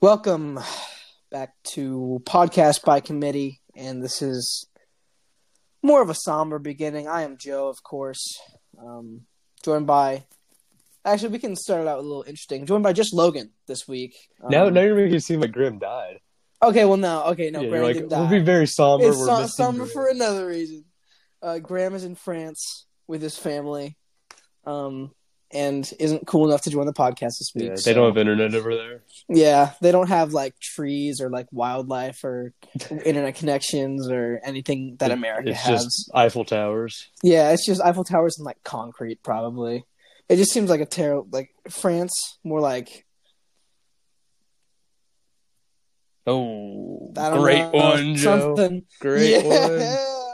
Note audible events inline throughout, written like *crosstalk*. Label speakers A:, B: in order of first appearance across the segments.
A: Welcome back to Podcast by Committee, and this is more of a somber beginning. I am Joe, of course, um, joined by. Actually, we can start it out with a little interesting. Joined by just Logan this week. Um,
B: Now, now you're making it seem like Grim died.
A: Okay, well, no. Okay, no.
B: Yeah, you're
A: Brandon
B: like,
A: did die.
B: we'll be very somber.
A: it's
B: we're
A: so-
B: missing
A: summer
B: Grim.
A: for another reason. Uh, Graham is in France with his family, um, and isn't cool enough to join the podcast this week.
B: Yeah,
A: so-
B: they don't have internet over there.
A: Yeah, they don't have like trees or like wildlife or internet connections or anything that
B: It-
A: America
B: it's
A: has.
B: just Eiffel Towers.
A: Yeah, it's just Eiffel Towers and like concrete probably. It just seems like a terrible like France more like
B: Oh,
A: I don't
B: great
A: know,
B: one, Joe.
A: something.
B: Great one.
A: *laughs* yeah.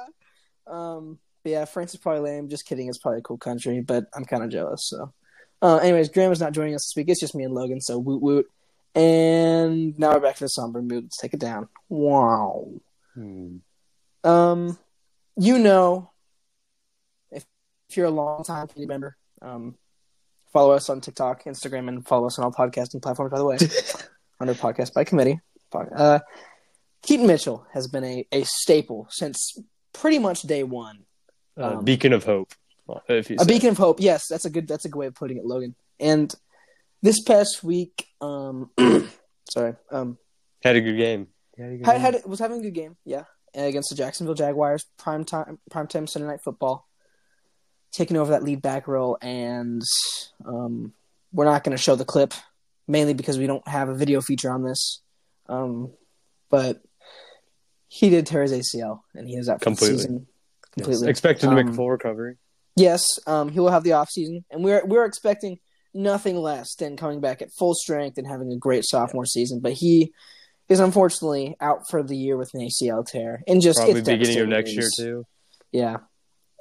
A: Um, but yeah, France is probably lame. Just kidding. It's probably a cool country, but I'm kind of jealous. So, uh, anyways, Graham is not joining us this week. It's just me and Logan. So woot woot. And now we're back to the somber mood. Let's take it down. Wow.
B: Hmm.
A: Um, you know, if, if you're a long time community member, um, follow us on TikTok, Instagram, and follow us on all podcasting platforms. By the way, under podcast by committee, uh, Keaton Mitchell has been a, a staple since pretty much day one
B: Uh,
A: Um,
B: beacon of hope. If you
A: a
B: say.
A: beacon of hope. Yes, that's a good that's a good way of putting it, Logan. And this past week, um, *clears throat* sorry, um,
B: had a good game. Had a good
A: had,
B: game.
A: had was having a good game, yeah, against the Jacksonville Jaguars, prime time, prime time Sunday night football, taking over that lead back role, and um, we're not going to show the clip mainly because we don't have a video feature on this, um, but he did tear his ACL and he is out for
B: Completely.
A: the season
B: Yes.
A: completely.
B: Expected to make a
A: Um,
B: full recovery.
A: Yes, um, he will have the off season, and we're we're expecting nothing less than coming back at full strength and having a great sophomore season. But he is unfortunately out for the year with an ACL tear, and just
B: Probably
A: it's
B: beginning
A: devastating
B: of next year
A: news.
B: too.
A: Yeah,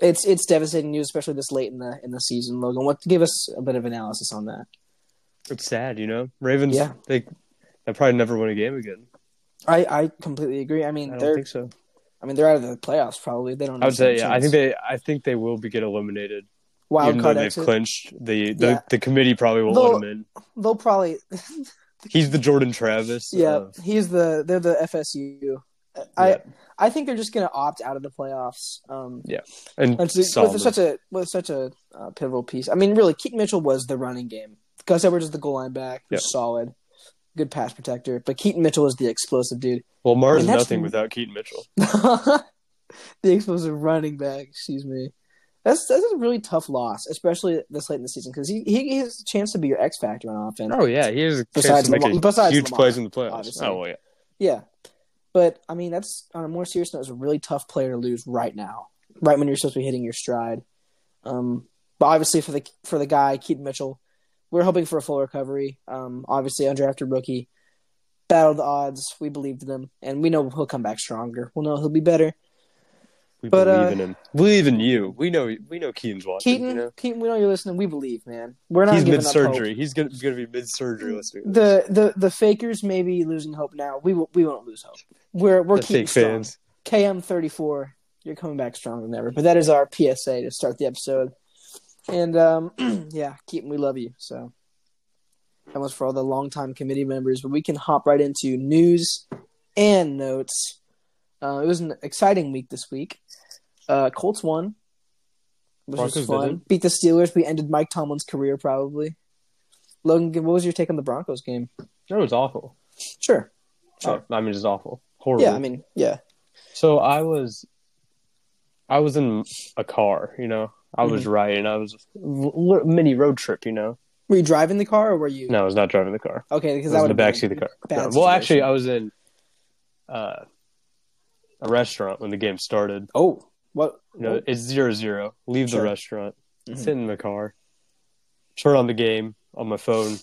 A: it's it's devastating news, especially this late in the in the season. Logan, what give us a bit of analysis on that?
B: It's sad, you know. Ravens.
A: Yeah.
B: They. They probably never win a game again.
A: I I completely agree. I
B: I
A: mean
B: don't
A: they're
B: think so.
A: I mean they're out of the playoffs probably. They don't.
B: I would say,
A: have a
B: yeah. I
A: chance.
B: think they. I think they will be get eliminated.
A: wild
B: even though
A: card
B: they've
A: exit.
B: clinched the the,
A: Yeah.
B: the committee probably won't
A: Though-
B: let him in.
A: They'll probably
B: He's the Jordan Travis. uh,
A: yeah.
B: of-
A: He's the they're the FSU. I
B: yeah.
A: I think they're just going to opt out of the playoffs. Um,
B: and
A: that's- with
B: Sommer.
A: such a with such a uh, pivotal piece. I mean, really, Keaton Mitchell was the running game. Gus Edwards is the goal line back, who's
B: Yeah.
A: solid, good pass protector. But Keaton Mitchell is the explosive dude, *laughs*
B: well, Mars
A: and
B: is
A: that's-
B: nothing without Keaton Mitchell.
A: the explosive running back. Excuse me. That's that's a really tough loss, especially this late in the season, because he he has a chance to be your X factor on offense.
B: Oh yeah, he is
A: Besides Lamar- besides
B: huge
A: Lamar,
B: plays in the playoffs.
A: obviously.
B: Oh well, yeah,
A: Yeah. But I mean, that's on a more serious note, it's a really tough player to lose right now, right when you're supposed to be hitting your stride. Um, but obviously, for the for the guy Keaton Mitchell, we're hoping for a full recovery. Um, obviously, undrafted rookie battled the odds. We believed in him, and we know he'll come back stronger. We'll know he'll be better.
B: we
A: But,
B: believe
A: uh,
B: in him. Believe in you. We know. We know Keaton's watching.
A: Keaton,
B: you know?
A: Keaton, we know you're listening. We believe, man. We're not
B: he's
A: giving
B: mid
A: up hope.
B: surgery. He's gonna, he's gonna be mid surgery listening. to this.
A: The the the fakers may be losing hope now. We will, we won't lose hope. We're we're
B: The
A: Keaton
B: fake
A: strong.
B: fans.
A: KM34, you're coming back stronger than ever. But that is our PSA to start the episode. And um, *clears throat* yeah, Keaton, we love you. So that was for all the longtime committee members. But we can hop right into news and notes. Uh, it was an exciting week this week. Uh, Colts won, which was
B: Broncos
A: fun.
B: didn't.
A: Beat the Steelers. We ended Mike Tomlin's career probably. Logan, what was your take on the Broncos game?
B: That was awful.
A: Sure.
B: Oh,
A: Sure.
B: I mean, it's awful. Horrible.
A: Yeah, I mean, yeah.
B: So I was, I was in a car. You know, I
A: Mm-hmm.
B: was riding. I was l- l- mini road trip. You know,
A: Were you driving the car or were you?
B: no, I was not driving the car.
A: Okay, because
B: I
A: that
B: was
A: would
B: in the backseat of the car.
A: bad
B: No, Well,
A: situation.
B: actually, I was in uh, a restaurant when the game started.
A: Oh, what?
B: You know, it's zero zero. Leave
A: Sure.
B: the restaurant.
A: Mhm.
B: Sit in the car. Turn on the game on my phone.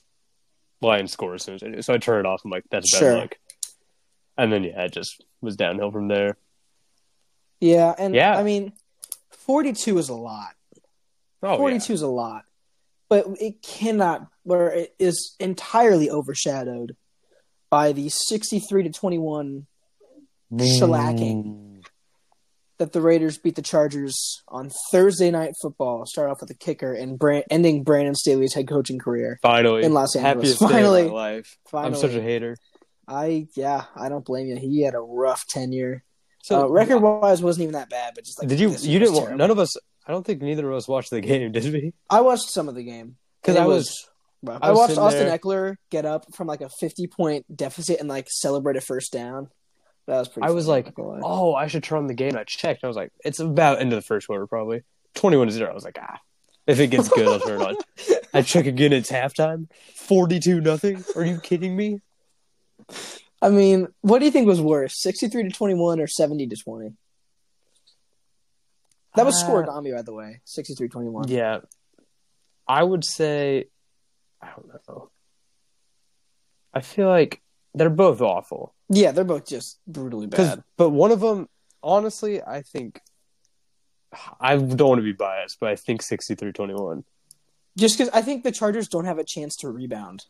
B: Lion score as soon as I do. So I turn it off. I'm like, that's bad
A: Sure.
B: luck. And then yeah, it just was downhill from there.
A: yeah, and
B: Yeah.
A: I mean, forty-two is a lot.
B: Oh yeah.
A: forty-two is a lot, but it cannot, or it is entirely overshadowed by the sixty-three to twenty-one shellacking. that the Raiders beat the Chargers on Thursday Night Football. Start off with a kicker and brand, ending Brandon Staley's head coaching career
B: Finally,
A: in Los Angeles.
B: happiest day
A: *laughs* Finally,
B: of my life.
A: finally,
B: I'm such a hater.
A: I yeah, I don't blame you. He had a rough tenure.
B: So
A: uh, record wise, wasn't even that bad, but just like
B: did you?
A: this
B: You
A: was
B: didn't. wa-
A: terrible.
B: None of us. I don't think neither of us watched the game, *laughs* did we?
A: I watched some of the game
B: Because
A: It
B: I was,
A: rough.
B: I
A: I,
B: was
A: watched
B: sitting
A: Austin
B: there-
A: Eckler get up from like a fifty point deficit and like celebrate a first down. That was pretty.
B: I was
A: funny,
B: like,
A: not gonna lie.
B: oh, I should turn on the game. I checked. I was like, it's about end of the first quarter, probably twenty-one to zero. I was like, ah, if it gets good, I'll turn it on. I check again. It's halftime, forty-two nothing. Are you kidding me?
A: I mean, what do you think was worse, sixty-three to twenty-one or seventy to twenty? That was
B: Uh,
A: scored on me, by the way, 63-21.
B: Yeah, I would say, I don't know. I feel like they're both awful.
A: Yeah, they're both just brutally
B: Because,
A: bad.
B: but one of them, honestly, I think I don't want to be biased, but I think 63-21.
A: Just because I think the Chargers don't have a chance to rebound.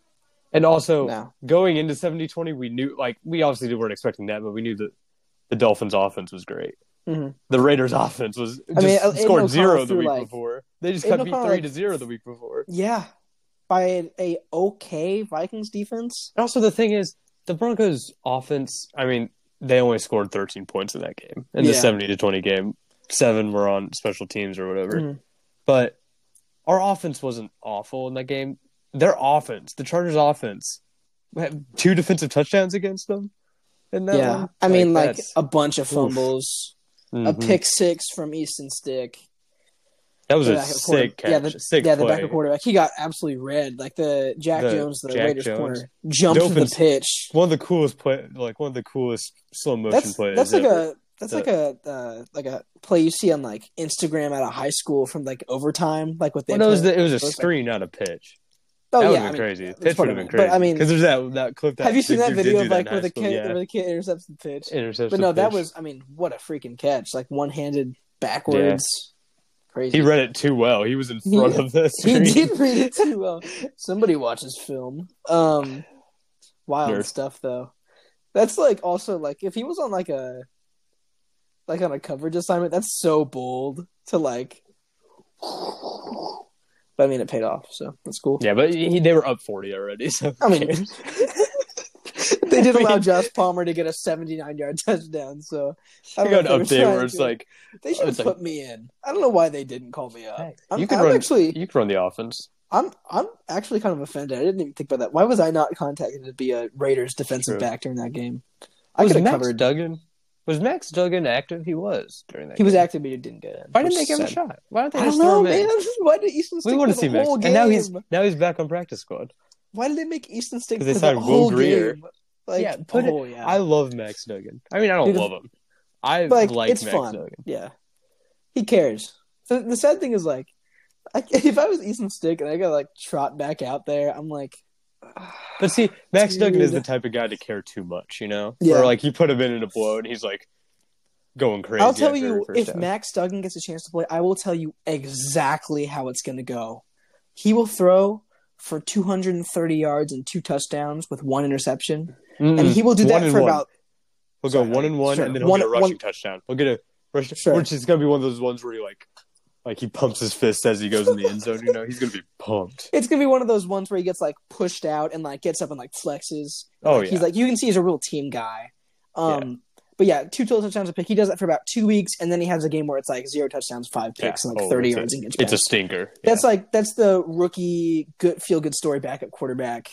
B: and also
A: No.
B: going into 70-20, we knew like we obviously weren't expecting that, but we knew that the Dolphins' offense was great.
A: Mhm.
B: The Raiders' offense was
A: I
B: just
A: mean, uh, Aiden
B: scored
A: O'Connell
B: zero the
A: threw,
B: week
A: like-
B: before. They just
A: Aiden
B: got beat
A: O'Connell,
B: three
A: like-
B: to zero the week before.
A: Yeah, by a, a okay Vikings defense.
B: And also, the thing is, the Broncos' offense. I mean, they only scored 13 points in that game in the
A: Yeah.
B: 70 to 20 game. Seven were on special teams or whatever.
A: Mhm.
B: But our offense wasn't awful in that game. Their offense, the Chargers' offense, had two defensive touchdowns against them. In that
A: yeah,
B: one.
A: I mean, like
B: that's-
A: a bunch of fumbles, a
B: Mhm.
A: pick six from Easton Stick.
B: That was
A: the
B: a
A: backup
B: sick
A: quarter-
B: catch.
A: Yeah, the,
B: sick
A: yeah, the
B: play.
A: backup quarterback. He got absolutely red. Like the Jack
B: The
A: Jones, the
B: Jack
A: Raiders
B: Jones.
A: corner, jumped
B: Dolphins-
A: the pitch.
B: One of the coolest play, like one of the coolest slow motion
A: That's
B: plays.
A: that's like
B: ever.
A: a that's like a uh, like a play you see on like Instagram out of high school from like overtime, like what they.
B: Well, no, it was
A: play.
B: the- it was a
A: was like-
B: screen, not a pitch.
A: oh
B: that would
A: yeah,
B: have
A: I
B: been
A: mean,
B: crazy.
A: that's
B: Pitch
A: what
B: would
A: I
B: have been
A: mean. But,
B: crazy.
A: I mean-
B: because there's that that clip. That
A: have you seen
B: they
A: that
B: did
A: video
B: do
A: of
B: that
A: like
B: in
A: where
B: high
A: the
B: school,
A: kid
B: yeah.
A: where the kid intercepts the pitch?
B: intercepted?
A: But no,
B: the
A: that
B: pitch.
A: was I mean, what a freaking catch! Like one handed backwards, crazy.
B: he read it too well. He was in
A: He-
B: front of
A: *laughs*
B: the
A: He
B: screen.
A: did read it too well. Somebody watches film. Um, wild
B: Nerd.
A: stuff though. That's like also like if he was on like a like on a coverage assignment. That's so bold to like. But I mean, it paid off, so that's cool.
B: Yeah, but he, they were up forty already. So
A: I mean, *laughs* they did
B: I mean-
A: allow Josh Palmer to get a 79 yard touchdown,
B: *laughs*
A: so I
B: I
A: don't know
B: got
A: if they were
B: an update
A: trying
B: where it's
A: to-
B: like
A: they should have
B: it's like-
A: put me in. I don't know why they didn't call me up.
B: Hey,
A: I'm,
B: you can
A: I'm
B: run-
A: actually
B: you can run the offense.
A: I'm I'm actually kind of offended. I didn't even think about that. Why was I not contacted to be a Raiders defensive
B: True.
A: back during that game? I
B: Was
A: could have
B: Max
A: covered.
B: Duggan? Was Max Duggan active? He was during that.
A: He was
B: game.
A: active, but he didn't get in.
B: Why didn't
A: which
B: they give him a
A: sucked.
B: shot? Why don't they
A: I
B: just
A: don't
B: throw
A: know,
B: him in?
A: man. *laughs* Why did Easton stick
B: We want to
A: for
B: see
A: the
B: Max,
A: whole
B: and now he's
A: game?
B: now he's back on practice squad.
A: Why did they make Easton stick
B: 'Cause
A: for
B: they
A: the
B: signed Will
A: whole
B: Grier.
A: game? Like,
B: Yeah, put it-
A: oh, yeah.
B: I love Max Duggan. I mean, I don't
A: Dude,
B: love him. I
A: But,
B: like,
A: like, it's
B: Max
A: fun.
B: Duggan.
A: Yeah, he cares. The, the sad thing is, like, I, *laughs* if I was Easton Stick and I got like trot back out there, I'm like, *sighs*
B: But see, Max Duggan is the
A: Dude.
B: type of guy to care too much, you know?
A: Yeah.
B: Or like you put him in in a blow, and he's like going crazy.
A: I'll tell
B: after
A: you,
B: the first
A: if
B: down.
A: Max Duggan gets a chance to play, I will tell you exactly how it's going to go. He will throw for 230 yards and two touchdowns with one interception,
B: Mm-mm.
A: and he will do
B: Hmm. One
A: that
B: and
A: for
B: one.
A: about.
B: We'll
A: Sorry,
B: go one and one,
A: sure.
B: and then he'll
A: One-
B: get a rushing
A: one-
B: touchdown. We'll get a rush,
A: Sure.
B: which is gonna be one of those ones where he like, like he pumps his fist as he goes in the end zone. You know, he's gonna be pumped.
A: It's going to be one of those ones where he gets like pushed out and like gets up and like flexes.
B: Oh
A: He's
B: yeah,
A: like you can see he's a real team guy. Um, but yeah, two total touchdowns a pick. He does that for about two weeks, and then he has a game where it's like zero touchdowns, five
B: Yeah.
A: picks, and like
B: Oh,
A: 30
B: it's a-
A: yards and gets
B: it's a
A: back.
B: stinker.
A: That's
B: yeah.
A: like that's the rookie good feel good story backup quarterback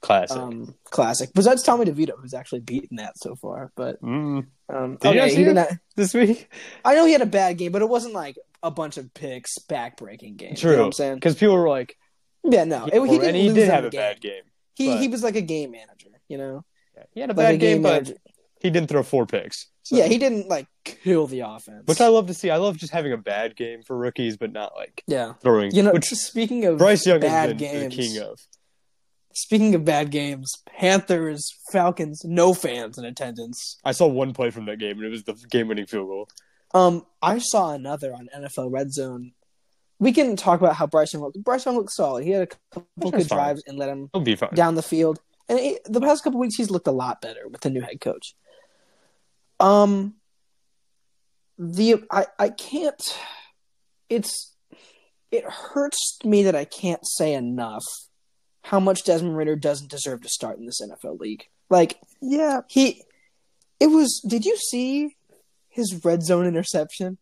B: classic.
A: um, classic. Besides Tommy DeVito, who's actually beaten that so far. But
B: Mm.
A: um,
B: Did you not
A: okay,
B: see
A: he did
B: him?
A: not, *laughs*
B: This week,
A: I know he had a bad game, but it wasn't like a bunch of picks, back-breaking game. You know
B: True.
A: what I'm saying?
B: because people were like,
A: Yeah, no, it, he
B: well,
A: didn't
B: and he
A: lose
B: did
A: on
B: have
A: the
B: a
A: game.
B: bad game.
A: He
B: but-
A: he was like a game manager, you know,
B: Yeah. He had a
A: like
B: bad
A: a
B: game,
A: game,
B: but
A: manager.
B: he didn't throw four picks. So-
A: Yeah, he didn't like kill the offense.
B: which I love to see. I love just having a bad game for rookies, but not like
A: yeah,
B: throwing.
A: you know.
B: which
A: *laughs* speaking of
B: Bryce Young has
A: bad
B: been
A: games.
B: the king of.
A: speaking of bad games, Panthers Falcons, no fans in attendance.
B: I saw one play from that game, and it was the game-winning field goal.
A: Um, I saw another on NFL Red Zone. We can talk about how Bryce Young looked. Bryce Young looked solid. He had a couple
B: Young's
A: good
B: fine.
A: drives and led him
B: It'll be fine.
A: down the field. And he, the past couple weeks, he's looked a lot better with the new head coach. Um, the I I can't. It's it hurts me that I can't say enough how much Desmond Ritter doesn't deserve to start in this NFL league. Like
B: Yeah.
A: he, it was. Did you see his red zone interception?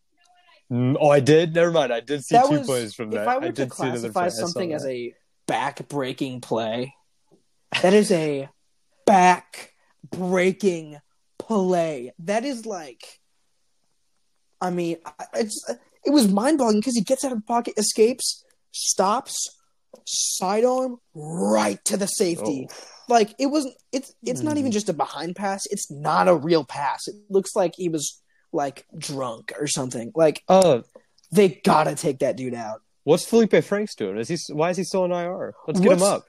B: oh, I did. Never mind. I did see
A: That
B: two
A: was-
B: plays from
A: if
B: that.
A: I were to
B: did see another play.
A: classify
B: I saw
A: something as
B: that.
A: a back-breaking play, that is
B: *laughs*
A: a back-breaking play. That is like, I mean, I- it's it was mind-boggling because he gets out of the pocket, escapes, stops, sidearm right to the safety.
B: Oh.
A: Like it wasn't. It's it's not
B: Hmm.
A: even just a behind pass. It's not a real pass. It looks like he was like drunk or something. Like
B: Oh,
A: they gotta take that dude out.
B: what's Felipe Franks doing? Is he? Why is he still in IR? Let's get him
A: What's-
B: up.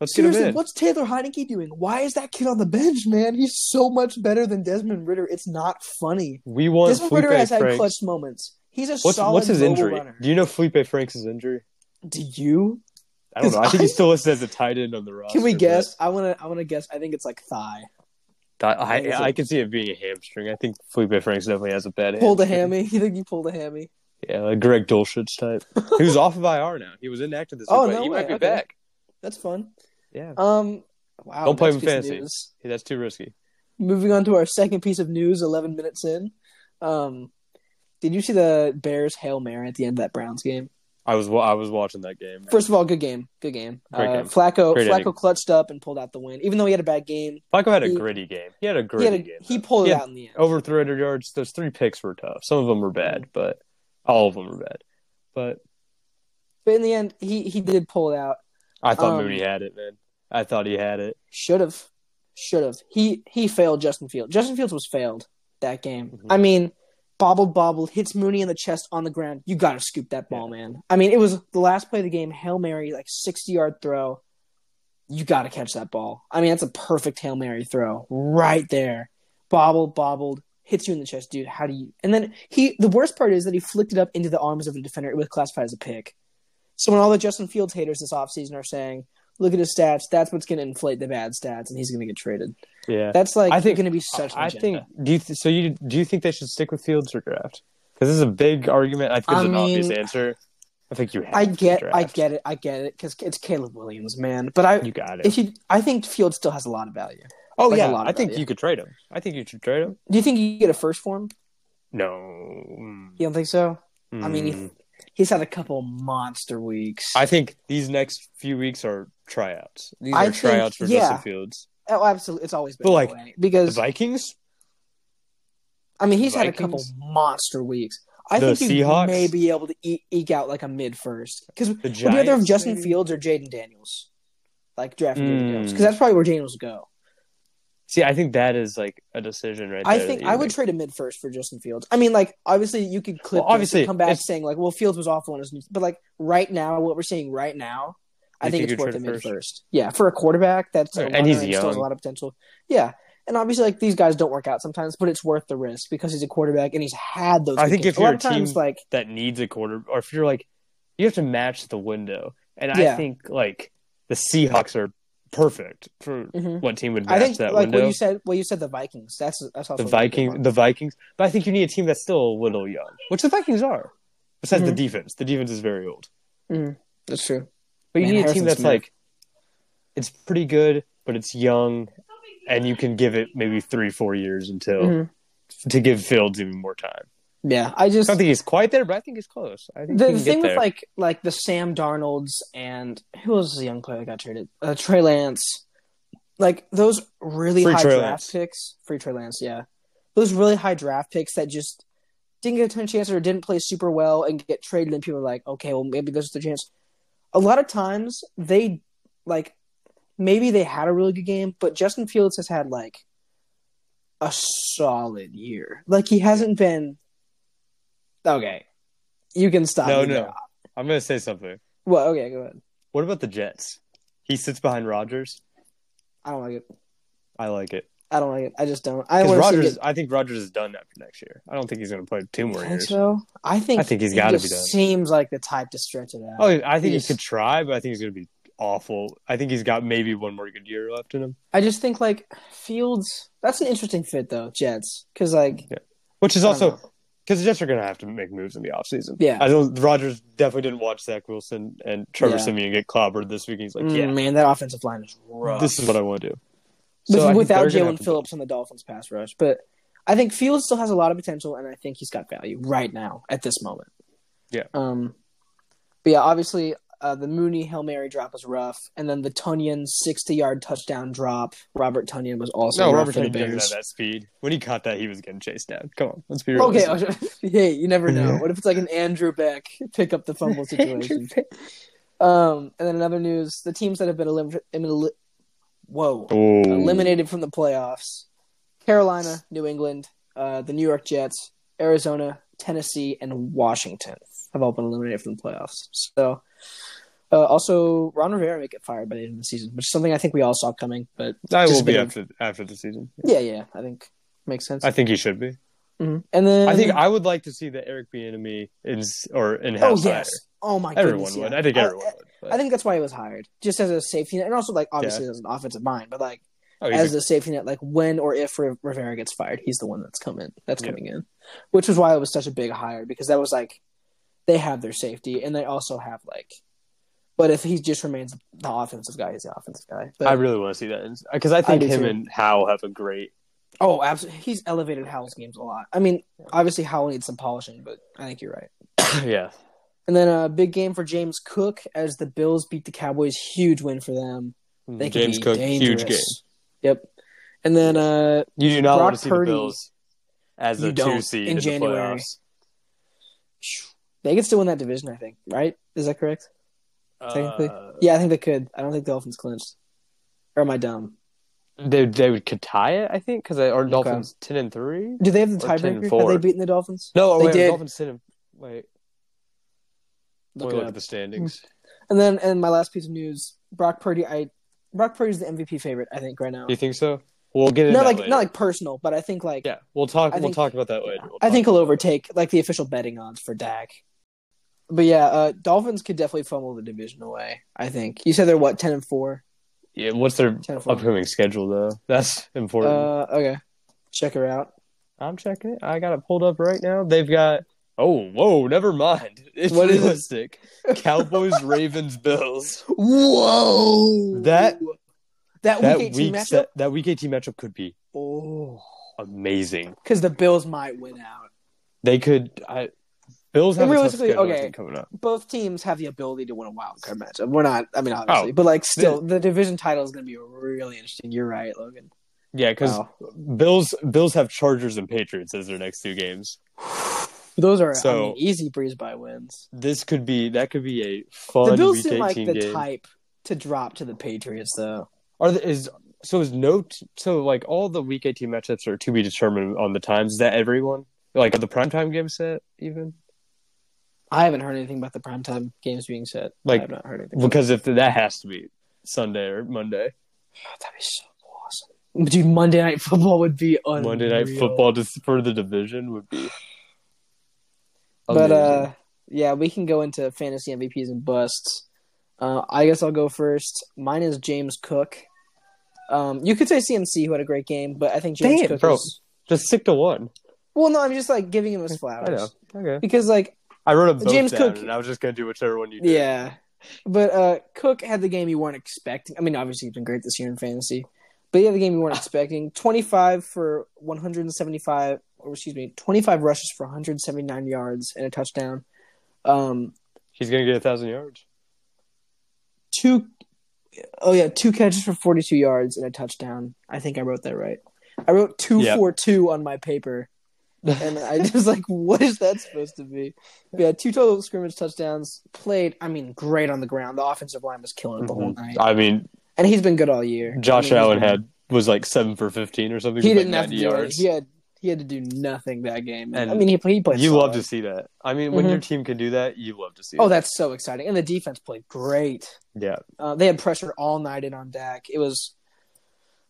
B: Let's get him
A: Seriously,
B: in.
A: what's Taylor Heineke doing? Why is that kid on the bench, man? He's so much better than Desmond Ritter. It's not funny.
B: We want
A: Desmond
B: Felipe
A: Ritter has had
B: Franks.
A: clutch moments. He's a
B: what's
A: solid
B: what's his
A: mobile
B: injury?
A: runner.
B: Do you know Felipe Franks' injury?
A: Do you?
B: I don't
A: His
B: know. I think
A: eye-
B: he still listed as a tight end on the roster.
A: Can we
B: but
A: guess? I wanna. I wanna guess. I think it's like thigh.
B: that- I,
A: What is
B: I
A: it?
B: can see it being a hamstring. I think Felipe Franks definitely has a bad
A: Pulled a hammy. *laughs* You think you pulled a hammy?
B: Yeah, like Greg Dulcich type. he was off of IR now. He was inactive this week,
A: Oh,
B: but
A: no
B: he
A: way.
B: might be
A: Okay.
B: back.
A: That's fun.
B: Yeah,
A: Um. Wow.
B: Don't play
A: next
B: him in
A: piece of
B: fantasy.
A: news.
B: Hey, that's too risky.
A: Moving on to our second piece of news. Eleven minutes in. Um. Did you see the Bears hail mary at the end of that Browns game?
B: I was wa- I was watching that game.
A: First of all, good game, good game.
B: Great
A: Uh,
B: game.
A: Flacco
B: Great
A: Flacco
B: inning.
A: clutched up and pulled out the win, even though he had a bad game.
B: Flacco had a
A: he-
B: gritty game. He had a
A: He,
B: gritty
A: had a,
B: game.
A: he pulled
B: Yeah.
A: it out in the end.
B: Over 300 yards. Those three picks were tough. Some of them were bad,
A: Mm-hmm.
B: but all of them were bad. But
A: But in the end, he he did pull it out.
B: I thought
A: Um,
B: Mooney had it, man. I thought he had it.
A: Should have, should have. He he failed Justin Fields. Justin Fields was failed that game.
B: Mhm.
A: I mean, bobbled bobbled hits Mooney in the chest on the ground. You got to scoop that ball, man. I mean, it was the last play of the game. Hail mary, like sixty yard throw. You got to catch that ball. I mean, that's a perfect hail mary throw right there. bobbled, bobbled, hits you in the chest, dude. How do you? And then he, the worst part is that he flicked it up into the arms of a defender. It was classified as a pick. So when all the Justin Fields haters this offseason are saying, look at his stats, that's what's going to inflate the bad stats, and he's going to get traded.
B: Yeah.
A: That's like
B: I think-
A: going to be such. An
B: I
A: agenda.
B: think. Do you th- so? You do you think they should stick with Fields or draft? Because this is a big argument. I think it's
A: I
B: an obvious
A: mean,
B: answer. I think you. Have
A: I
B: to
A: get, I
B: draft.
A: get it, I get it, because it's Caleb Williams, man. But I,
B: You got it.
A: if you, I think Fields still has a lot of value.
B: oh
A: like a
B: yeah,
A: lot
B: I
A: of
B: think
A: value.
B: you could trade him. I think you should trade him.
A: Do you think you could get a first for him?
B: No.
A: You don't think so? I mean,
B: Mm.
A: he, he's had a couple monster weeks.
B: I think these next few weeks are tryouts. These
A: I
B: are
A: think-
B: tryouts for
A: yeah.
B: Justin Fields.
A: oh, absolutely, it's always been
B: But,
A: that
B: like,
A: way,
B: The
A: because
B: Vikings.
A: I mean, he's had a couple
B: Vikings?
A: monster weeks. I
B: The
A: think you
B: Seahawks?
A: may be able to e- eke out like a mid first. Because would
B: The
A: you
B: Giants.
A: rather have Justin
B: maybe?
A: Fields or Jaden Daniels? Like drafting Jaden
B: Mm.
A: Daniels. Because that's probably where Daniels would go.
B: See, I think that is like a decision right
A: I
B: there
A: think
B: that you
A: I would
B: make.
A: trade a mid first for Justin Fields. I mean, like, obviously you could clip
B: Well,
A: this and
B: obviously,
A: come back
B: it's-
A: saying, like, well, Fields was awful in his but like right now, what we're seeing right now, I
B: You
A: think,
B: think
A: it's
B: you'd
A: worth a
B: trade a
A: mid
B: first?
A: first. Yeah. For a quarterback that's a
B: And
A: runner
B: he's
A: still has a
B: young.
A: lot of potential. Yeah. And obviously like these guys don't work out sometimes, but it's worth the risk because he's a quarterback and he's had those
B: I think
A: good games.
B: if
A: a lot
B: you're
A: of
B: a team-
A: times like
B: that needs a quarter, or if you're like, you have to match the window. And
A: Yeah.
B: I think like the Seahawks are perfect for
A: Mhm.
B: what team would match
A: I think
B: that
A: like
B: window.
A: what you said. Well, you said the Vikings. That's that's also
B: the
A: a really good
B: Vikings,
A: one.
B: the Vikings. But I think you need a team that's still a little young, which the Vikings are. Besides
A: Mhm.
B: the defense, the defense is very old.
A: That's true.
B: But you
A: Man,
B: need a
A: Harrison
B: team that's
A: Smith.
B: like, it's pretty good, but it's young, and you can give it maybe three, four years until
A: Mhm.
B: to give Fields even more time.
A: Yeah, I
B: I
A: just
B: don't
A: the,
B: think he's quite there, but I think he's close. I think he
A: the
B: can
A: thing
B: get
A: with
B: there.
A: like like the Sam Darnolds and who else is a young player that got traded? Uh, Trey Lance. Like those really
B: Free
A: high
B: Trey
A: draft
B: Lance.
A: picks, free Trey Lance, yeah. Those really high draft picks that just didn't get a ton of chances or didn't play super well and get traded, and people are like, okay, well maybe this is the chance. A lot of times they like maybe they had a really good game, but Justin Fields has had like a solid year. Like he hasn't been okay. You can stop.
B: no,
A: me
B: no,
A: now.
B: I'm gonna say something.
A: Well, okay, go ahead.
B: What about the Jets? He sits behind Rodgers.
A: I don't like it.
B: I like it
A: I don't like it. I just don't. I
B: because
A: want to
B: Rodgers.
A: see.
B: I think Rodgers is done after next year. I don't think he's gonna play two
A: it
B: more
A: get-
B: years.
A: So I think
B: I think he's
A: he
B: gotta
A: just
B: be done.
A: Seems like the type to stretch it out.
B: Oh, I think
A: He's-
B: he could try, but I think he's gonna be awful. I think he's got maybe one more good year left in him,
A: I just think like Fields. That's an interesting fit though, Jets, because like
B: which is
A: I
B: also
A: don't
B: Because the Jets are going to have to make moves in the offseason.
A: Yeah.
B: I don't. Rogers definitely didn't watch Zach Wilson and Trevor
A: Yeah.
B: Simeon get clobbered this week. He's like,
A: Mm, man, that offensive line is
B: yeah,
A: rough.
B: this is what I want to do.
A: With-
B: So I think
A: without
B: they're gonna have
A: Jalen
B: to-
A: Phillips on the Dolphins pass rush, but I think Fields still has a lot of potential, and I think he's got value right now at this moment.
B: Yeah.
A: Um. But yeah, obviously uh, the Mooney hail mary drop was rough, and then the Tunyon sixty yard touchdown drop. Robert Tunyon was also
B: No,
A: rough
B: Robert
A: for the
B: Tonyan doesn't have
A: Bears.
B: that speed. When he caught that, he was getting chased down. Come on, let's be real.
A: Okay, *laughs* hey, you never know. What if it's like an Andrew Beck pick up the fumble situation? um, and then another news: the teams that have been eliminated. Whoa, eliminated from the playoffs. Carolina, New England, uh, the New York Jets, Arizona, Tennessee, and Washington have all been eliminated from the playoffs. So, uh, also Ron Rivera may get fired by the end of the season, which is something I think we all saw coming. But
B: I
A: Just
B: will
A: a
B: be
A: bit of-
B: after after the season.
A: yeah, yeah, I think makes sense.
B: I think he should be.
A: Mhm. And then
B: I think I would like to see the Eric Bieniemy in or in
A: oh
B: house.
A: yes, oh my
B: everyone
A: goodness, yeah.
B: would. I think everyone would. but-
A: I think that's why he was hired, just as a safety net, and also like obviously as an offensive mind, but like
B: oh, he's
A: as
B: a-
A: a safety net, like when or if Ri- Rivera gets fired, he's the one that's coming that's coming in, which was why it was such a big hire because that was like they have their safety and they also have like, but if he just remains the offensive guy, he's the offensive guy. But,
B: I really want to see that because I think
A: do
B: him
A: too.
B: and Howe have a great. *laughs*
A: oh, absolutely, he's elevated Howell's games a lot. I mean, obviously Howell needs some polishing, but I think you're right.
B: yeah,
A: And then a big game for James Cook as the Bills beat the Cowboys. Huge win for them. They could
B: James
A: be
B: Cook, huge game.
A: dangerous. Yep. And then uh,
B: You do not
A: Brock
B: want to see
A: Purdy.
B: the Bills as
A: You
B: a
A: don't
B: two seed
A: in
B: in, the
A: January.
B: playoffs.
A: they could still win that division, I think. Right? Is that correct? Technically?
B: Uh,
A: Yeah, I think they could. I don't think the Dolphins clinched. Or am I dumb?
B: they they would could tie it, I think, because our Dolphins ten and three.
A: Do they have the
B: Or 10 and
A: tiebreaker? Have
B: four.
A: they beaten the Dolphins?
B: No,
A: They
B: wait,
A: did.
B: Dolphins ten. And, wait,
A: Look
B: wait,
A: it
B: look
A: up.
B: at the standings.
A: And then, and my last piece of news: Brock Purdy. I Brock Purdy's the MVP favorite, I think, right now.
B: Do you think so? We'll get into
A: Not
B: that
A: like
B: later.
A: not like personal, but I think like
B: yeah, we'll talk.
A: I
B: we'll
A: think-
B: talk about that later. We'll
A: I think
B: talk
A: he'll
B: about that.
A: overtake like the official betting odds for Dak. But yeah, uh, Dolphins could definitely fumble the division away. I think you said they're what ten and four.
B: Yeah, what's their
A: 10 and 4.
B: upcoming schedule though? *laughs* That's important.
A: Uh, okay, check her out.
B: I'm checking it. I got it pulled up right now. They've got. Oh, whoa! Never mind. *laughs* It's
A: What is it?
B: realistic.
A: *laughs*
B: Cowboys, Ravens, Bills.
A: Whoa,
B: That-
A: that
B: That
A: week
B: week,
A: eighteen matchup.
B: that, that week 18 matchup could be
A: Oh,
B: amazing.
A: because the Bills might win out.
B: They could. I, Bills have
A: And
B: a tough
A: realistically,
B: schedule, I
A: okay.
B: think, coming up.
A: both teams have the ability to win a wild card matchup. We're not, I mean,
B: Oh.
A: obviously, but like, still, the division title is going to be really interesting. You're right, Logan.
B: Yeah, because
A: Wow.
B: Bills Bills have Chargers and Patriots as their next two games.
A: Those are I
B: So-
A: mean, easy breeze by wins.
B: This could be that could be a fun
A: the Bills
B: week
A: seem like
B: 18
A: the
B: game.
A: type to drop to the Patriots, though.
B: Are the, is so is no t- so like all the week 18 matchups are to be determined on the times. Is that everyone like are the primetime game set even?
A: I haven't heard anything about the primetime games being set. I
B: Like,
A: have not heard anything.
B: Because if that has to be Sunday or Monday,
A: Oh, that'd be so awesome, dude. Monday night football would be unreal.
B: Monday Night Football to, for the division would be.
A: But uh,
B: amazing.
A: yeah, we can go into fantasy MVPs and busts. Uh, I guess I'll go first. Mine is James Cook. Um, you could say CMC who had a great game, but I think James
B: Damn,
A: Cook
B: bro.
A: is.
B: just stick to one.
A: Well, no, I'm just like giving him his
B: I know. *laughs*
A: flowers
B: Okay,
A: because like
B: I wrote them both
A: James
B: James
A: Cook-
B: Cook, and I was just gonna do whichever one you did.
A: yeah, but uh, Cook had the game you weren't expecting. I mean, obviously he's been great this year in fantasy, but he had the game
B: *laughs*
A: you weren't expecting. 25 for 175, or excuse me, 25 rushes for 179 yards and a touchdown. Um,
B: he's gonna get a thousand
A: *laughs*
B: yards.
A: two oh yeah two catches for 42 yards and a touchdown i think i wrote that right i wrote 242 on my paper and i *laughs* just like what is that supposed to be yeah two total scrimmage touchdowns played i mean great on the ground the offensive line was killing it the whole night
B: I mean,
A: and he's been good all year
B: Mm-hmm. Josh
A: I mean, he's
B: Allen
A: been-
B: had was like seven for fifteen or something.
A: he
B: with, like,
A: didn't have to
B: 90
A: do
B: yards.
A: yards. he had he had to do nothing that game and,
B: And
A: i mean he, he played
B: You love
A: solid.
B: to see that. I mean, when
A: Mhm.
B: your team can do that, you love to see.
A: oh
B: it.
A: that's so exciting and the defense played great
B: yeah.
A: Uh, they had pressure all night in on Dak. It was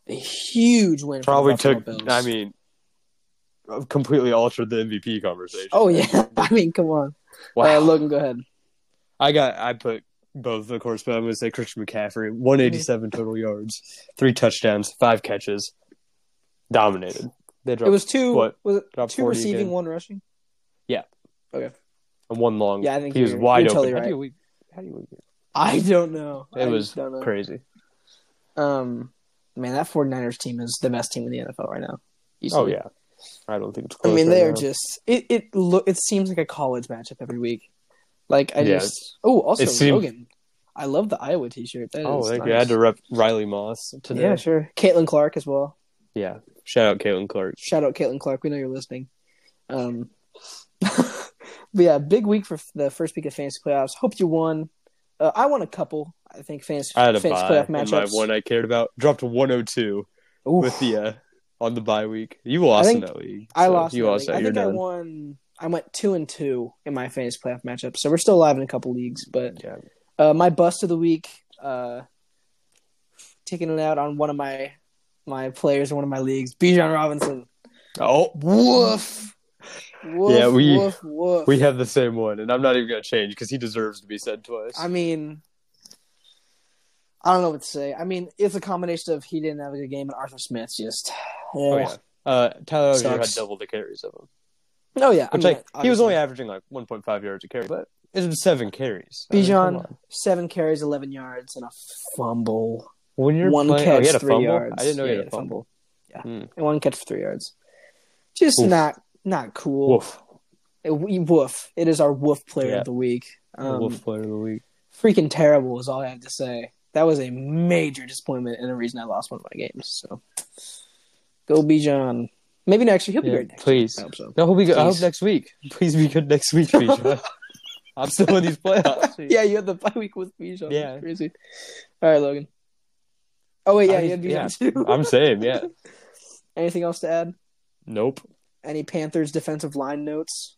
A: a huge win.
B: Probably
A: for the
B: took.
A: Buffalo Bills.
B: I mean, uh, completely altered the MVP conversation.
A: oh yeah. *laughs* I mean, come on.
B: wow!
A: Uh, Logan, go ahead.
B: I got. I put both, of course, but I'm going to say Christian McCaffrey, 187 total yards, three touchdowns, five catches, dominated. They dropped.
A: It was two.
B: What?
A: Was it
B: Drop
A: two
B: 40
A: receiving,
B: again.
A: one rushing? Okay.
B: And one long.
A: Yeah, I think
B: he was
A: you're-
B: wide
A: you're
B: open.
A: totally
B: How do
A: right.
B: you weak? How do you weak?
A: I don't know.
B: It
A: I
B: was
A: don't know.
B: crazy.
A: Um, man, that 49ers team is the best team in the NFL right now.
B: Oh
A: Easily.
B: yeah. I don't think it's.
A: I
B: Close
A: mean,
B: right
A: they are
B: now.
A: just it. It look. It seems like a college matchup every week. Like I
B: Yeah,
A: just. Oh, also
B: it seems-
A: Logan. I love the Iowa T-shirt. That is
B: Oh, thank
A: nice.
B: you. I had to rep Riley Moss today.
A: Yeah, sure. Caitlin Clark as well.
B: Yeah. Shout out Caitlin Clark.
A: Shout out Caitlin Clark. We know you're listening. Um, *laughs* but yeah, big week for f- the first week of fantasy playoffs. Hope you won. Uh, I won a couple. I think fantasy,
B: I had a
A: fantasy
B: bye
A: playoff
B: and my
A: matchups.
B: one I cared about dropped 102
A: Oof.
B: with the uh, on the bye week. You lost
A: think
B: in that league.
A: I
B: so
A: lost.
B: You
A: that
B: lost
A: league.
B: that.
A: I
B: You're
A: think I
B: done.
A: won. I went two and two in my fantasy playoff matchup, so we're still alive in a couple leagues. But
B: Yeah.
A: uh, my bust of the week, uh, taking it out on one of my my players in one of my leagues, Bijan Robinson.
B: Oh, woof.
A: Woof,
B: Yeah, we-
A: woof, woof.
B: We have the same one, and I'm not even going to change because he deserves to be said twice.
A: I mean, I don't know what to say. I mean, it's a combination of he didn't have a good game and Arthur Smith just. eh.
B: oh, yeah. Uh, Tyler Algier had
A: Sucks.
B: double the carries of him.
A: Oh yeah, I
B: Which,
A: mean,
B: like, he was
A: obviously.
B: only averaging like 1.5 yards a carry, but it was seven carries. I mean, come
A: Bijan
B: on.
A: seven carries, eleven yards, and a fumble.
B: when you're
A: one
B: playing, oh,
A: catch,
B: he had a
A: three
B: fumble?
A: yards.
B: I didn't know
A: Yeah,
B: he had a fumble.
A: Yeah,
B: Hmm.
A: and one catch for three yards. Just
B: Oof.
A: not not cool.
B: Woof.
A: It, we- woof. It is our woof player
B: Yeah.
A: of the week. Um,
B: Woof player of the week.
A: Freaking terrible is all I have to say. That was a major disappointment and a reason I lost one of my games. So go Bijan. Maybe next year he'll be
B: Yeah,
A: great. Next year.
B: please.
A: I hope so.
B: No, he'll be good. I hope
A: Please.
B: next week. *laughs* Please be good next
A: *laughs*
B: week, Bijan. I'm still in these playoffs.
A: yeah, you had the bye week with Bijan.
B: Yeah.
A: Yeah, crazy. All right, Logan. Oh wait, yeah,
B: I-
A: you had Bijan too.
B: I'm same. Yeah.
A: *laughs* Anything else to add?
B: Nope.
A: Any Panthers defensive line notes?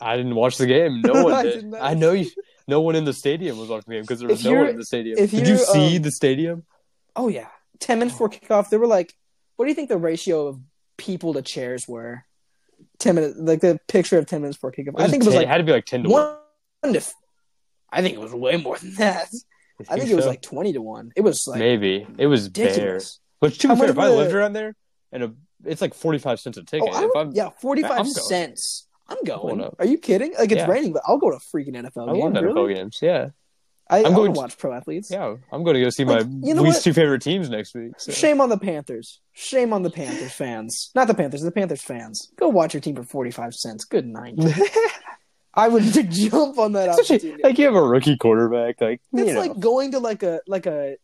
B: I didn't watch the game.
A: *laughs*
B: No
A: I
B: one did. I,
A: did not.
B: know you. No one in the stadium was watching the game because there was
A: If
B: no one
A: you're-
B: in the stadium.
A: if
B: Did you
A: you're,
B: see
A: um,
B: the stadium?
A: Oh yeah, ten minutes before kickoff, they were like, "What do you think the ratio of people to chairs were?" Ten minutes, like the picture of ten minutes before kickoff. I think it was
B: 10
A: like
B: had to be like ten to one.
A: one to. f- I think it was way more than that. I think it was
B: so?
A: like twenty to one. It was like
B: maybe it was bare.
A: ridiculous.
B: But to
A: How
B: be fair,
A: much
B: if I
A: were
B: lived
A: the-
B: around there, and a, it's like forty five cents a ticket.
A: Oh, I
B: if
A: would-
B: I'm,
A: yeah,
B: I'm
A: forty-five
B: going.
A: cents. I'm going.
B: up.
A: Are you kidding? Like it's
B: Yeah.
A: raining, but I'll go to a freaking NFL
B: I
A: game.
B: love NFL
A: really?
B: games. Yeah,
A: I,
B: I'm
A: I'm
B: going
A: going
B: to-
A: to watch pro athletes.
B: yeah. I'm going to go see
A: Like,
B: my
A: you know
B: least
A: what?
B: two favorite teams next week. so. *laughs*
A: Shame on the Panthers. Shame on the Panthers fans. Not the Panthers, the Panthers fans. Go watch your team for 45 cents. Good
B: *laughs*
A: night. *laughs* I would *laughs* jump on that
B: Especially,
A: opportunity.
B: like you have a rookie quarterback. Like you
A: that's
B: know.
A: like going to like a like a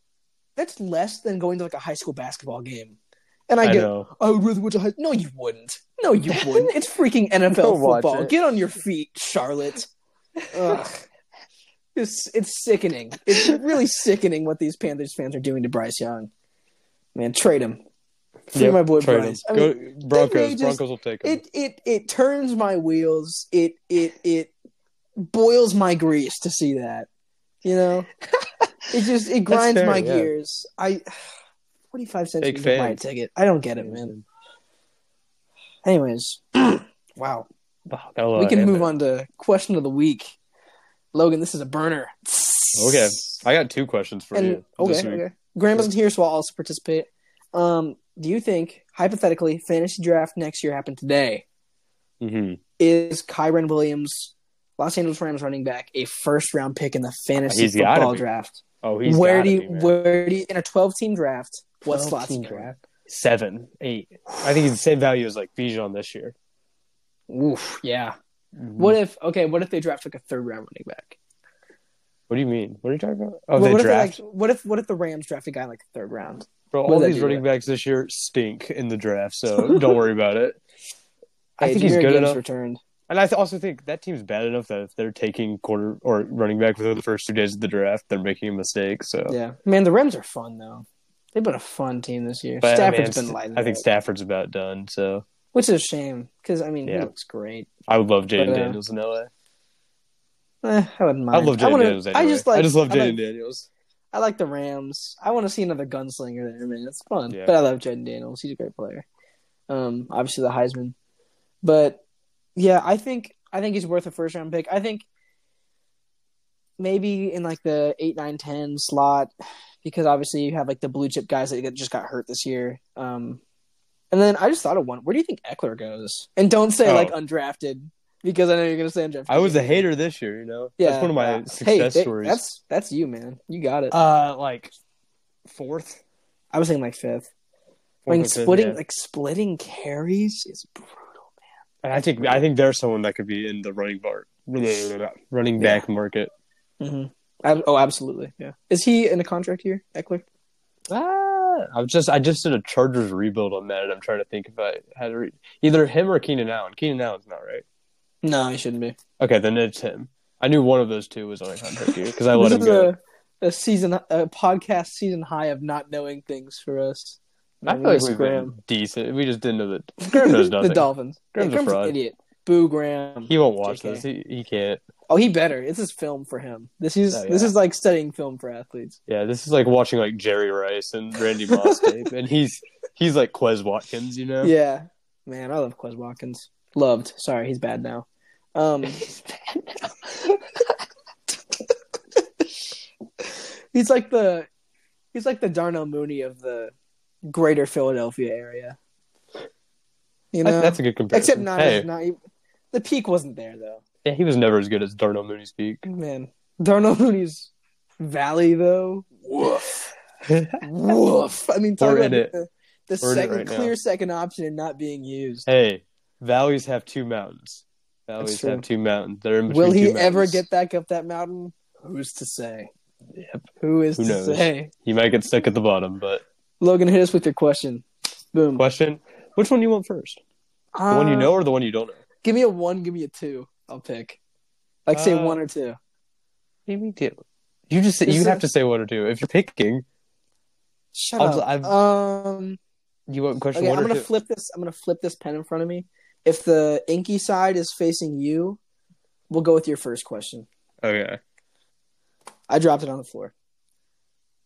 A: that's less than going to like a high school basketball game. And I
B: I
A: get
B: know.
A: I, would rather watch a high No you wouldn't. No *laughs* you wouldn't. It's freaking NFL
B: Go watch
A: football.
B: it.
A: Get on your feet, Charlotte. Ugh. It's it's sickening. It's really sickening what these Panthers fans are doing to Bryce Young. Man, trade him. Free
B: Yep,
A: my boy
B: trade
A: Bryce. I
B: him.
A: mean,
B: Go, Broncos.
A: just-
B: Broncos will take him.
A: it it it turns my wheels. It it it boils my grease to see that. You
B: *laughs*
A: know, it just it grinds
B: fair,
A: my
B: yeah.
A: gears. I forty five cents
B: Big
A: for a
B: fan.
A: ticket. I don't get it, man. Anyways, *clears throat* wow.
B: Wow, got a lot
A: we
B: of
A: can
B: hand
A: move
B: there.
A: on to question of the week. Logan, this is a burner.
B: Okay, I got two questions for
A: And
B: you.
A: okay,
B: this week.
A: okay. Graham isn't here, so I'll also participate. Um, do you think hypothetically fantasy draft next year happened today?
B: Mhm.
A: Is Kyron Williams, Los Angeles Rams running back, a first round pick in the fantasy
B: He's gotta
A: football
B: be.
A: draft?
B: Oh, he's
A: where
B: gotta
A: do you,
B: be, man.
A: where do you, in a twelve team draft? What
B: 12
A: slots?
B: team
A: you going?
B: seven, eight? I think he's the same value as like Bijan this year.
A: Oof, yeah. What if okay? What if they draft like a third round running back?
B: What do you mean? What are you talking about? Oh,
A: Well,
B: they
A: what
B: draft.
A: if they, like what if what if the Rams draft a guy in, like third round?
B: Bro,
A: what
B: all
A: did they
B: these
A: do
B: running backs this year stink in the
A: *laughs*
B: draft, so don't worry about it. I
A: Hey,
B: think he's
A: Jahmyr
B: good
A: Gibbs
B: enough,
A: Returned.
B: and I th- also think that team's bad enough that if they're taking quarter or running back within the first two days of the draft, they're making a mistake. So,
A: Yeah, man, the Rams are fun though. They've been a fun team this year.
B: but
A: Stafford's
B: I,
A: been
B: mean,
A: lighting.
B: I think
A: it up,
B: Stafford's about done. So,
A: which is a shame because I mean, he
B: Yeah.
A: looks great.
B: I would love Jaden
A: But, uh,
B: Daniels in LA.
A: Eh, I wouldn't
B: I
A: mind.
B: love Jaden
A: wanna-
B: Daniels. Anyway.
A: I just like.
B: I just love
A: I like-
B: Jaden Daniels.
A: I like the Rams. I want to see another gunslinger there, man. It's fun.
B: Yeah.
A: But I love Jaden Daniels. He's a great player. Um, obviously the Heisman, but yeah, I think I think he's worth a first round pick. I think maybe in like the eight, nine, ten slot, because obviously you have like the blue chip guys that get- just got hurt this year. Um, and then I just thought of one. Where do you think Eckler goes? And don't say like
B: Oh.
A: undrafted. because I know you're gonna say Jeff.
B: I was a hater this year, you know. that's one of my
A: uh,
B: success
A: hey, that-
B: stories.
A: That's that's you, man. You got it.
B: uh, like fourth.
A: I was saying like fifth. I
B: Fourth or
A: mean,
B: fifth,
A: splitting
B: yeah.
A: like splitting carries is brutal.
B: And I think I think there's someone that could be in the running bar, running back market.
A: Mm-hmm. oh, absolutely. Yeah. Is he in a contract year, Eckler?
B: Ah, I've just I just did a Chargers rebuild on that, and I'm trying to think if I had to re- either him or Keenan Allen. Keenan Allen's not right.
A: No, he shouldn't be.
B: Okay, then it's him. I knew one of those two was on a contract year because I let him
A: is
B: *laughs* go.
A: A, a season, a podcast season high of not knowing things for us.
B: I
A: Man,
B: feel like
A: miss
B: we've
A: Graham.
B: been decent. We just didn't know that Graham knows
A: *laughs*
B: nothing.
A: the Dolphins.
B: Graham's a
A: Graham's an
B: fraud.
A: idiot. Boo Graham.
B: He won't watch
A: JK.
B: this. He, he can't.
A: oh, he better. This is film for him. This is
B: Oh, yeah.
A: this is like studying film for athletes.
B: Yeah, this is like watching like Jerry Rice and Randy
A: *laughs*
B: Moss tape, and he's he's like Quez Watkins, you know.
A: Yeah, man, I love Quez Watkins. Loved. Sorry, he's bad now.
B: *laughs*
A: Um, he's like the he's like the Darnell Mooney of the greater Philadelphia area. You
B: That-
A: know,
B: that's a good comparison.
A: except not,
B: Hey,
A: not even- the peak wasn't there though.
B: yeah, he was never as good as Darnell Mooney's peak.
A: Man, Darnell Mooney's valley though. Woof, woof. I mean, talk
B: We're in
A: about
B: it.
A: the, the
B: We're in it
A: second
B: right now.
A: clear second option and not being used.
B: *laughs* hey, valleys have two mountains. Valleys
A: true.
B: have two mountains. They're in between
A: Will he
B: two
A: ever
B: mountains.
A: get back up that mountain? Who's to say? Who is
B: Who
A: to
B: knows?
A: say?
B: He might get stuck at the bottom. But
A: Logan, hit us with your question. Boom.
B: question: Which one do you want first? The one you
A: Uh,
B: know or the one you don't know?
A: Give me a one. Give me a two. I'll pick. Like say
B: Uh,
A: one or two.
B: Maybe two. You just
A: Is
B: you
A: it-
B: have to say one or two. If you're picking,
A: Shut
B: I'm-
A: up.
B: I'm-
A: um.
B: you want question
A: Okay, I'm
B: one or
A: gonna
B: two.
A: flip this. I'm gonna flip this pen in front of me. If the inky side is facing you, we'll go with your first question.
B: okay,
A: I dropped it on the floor.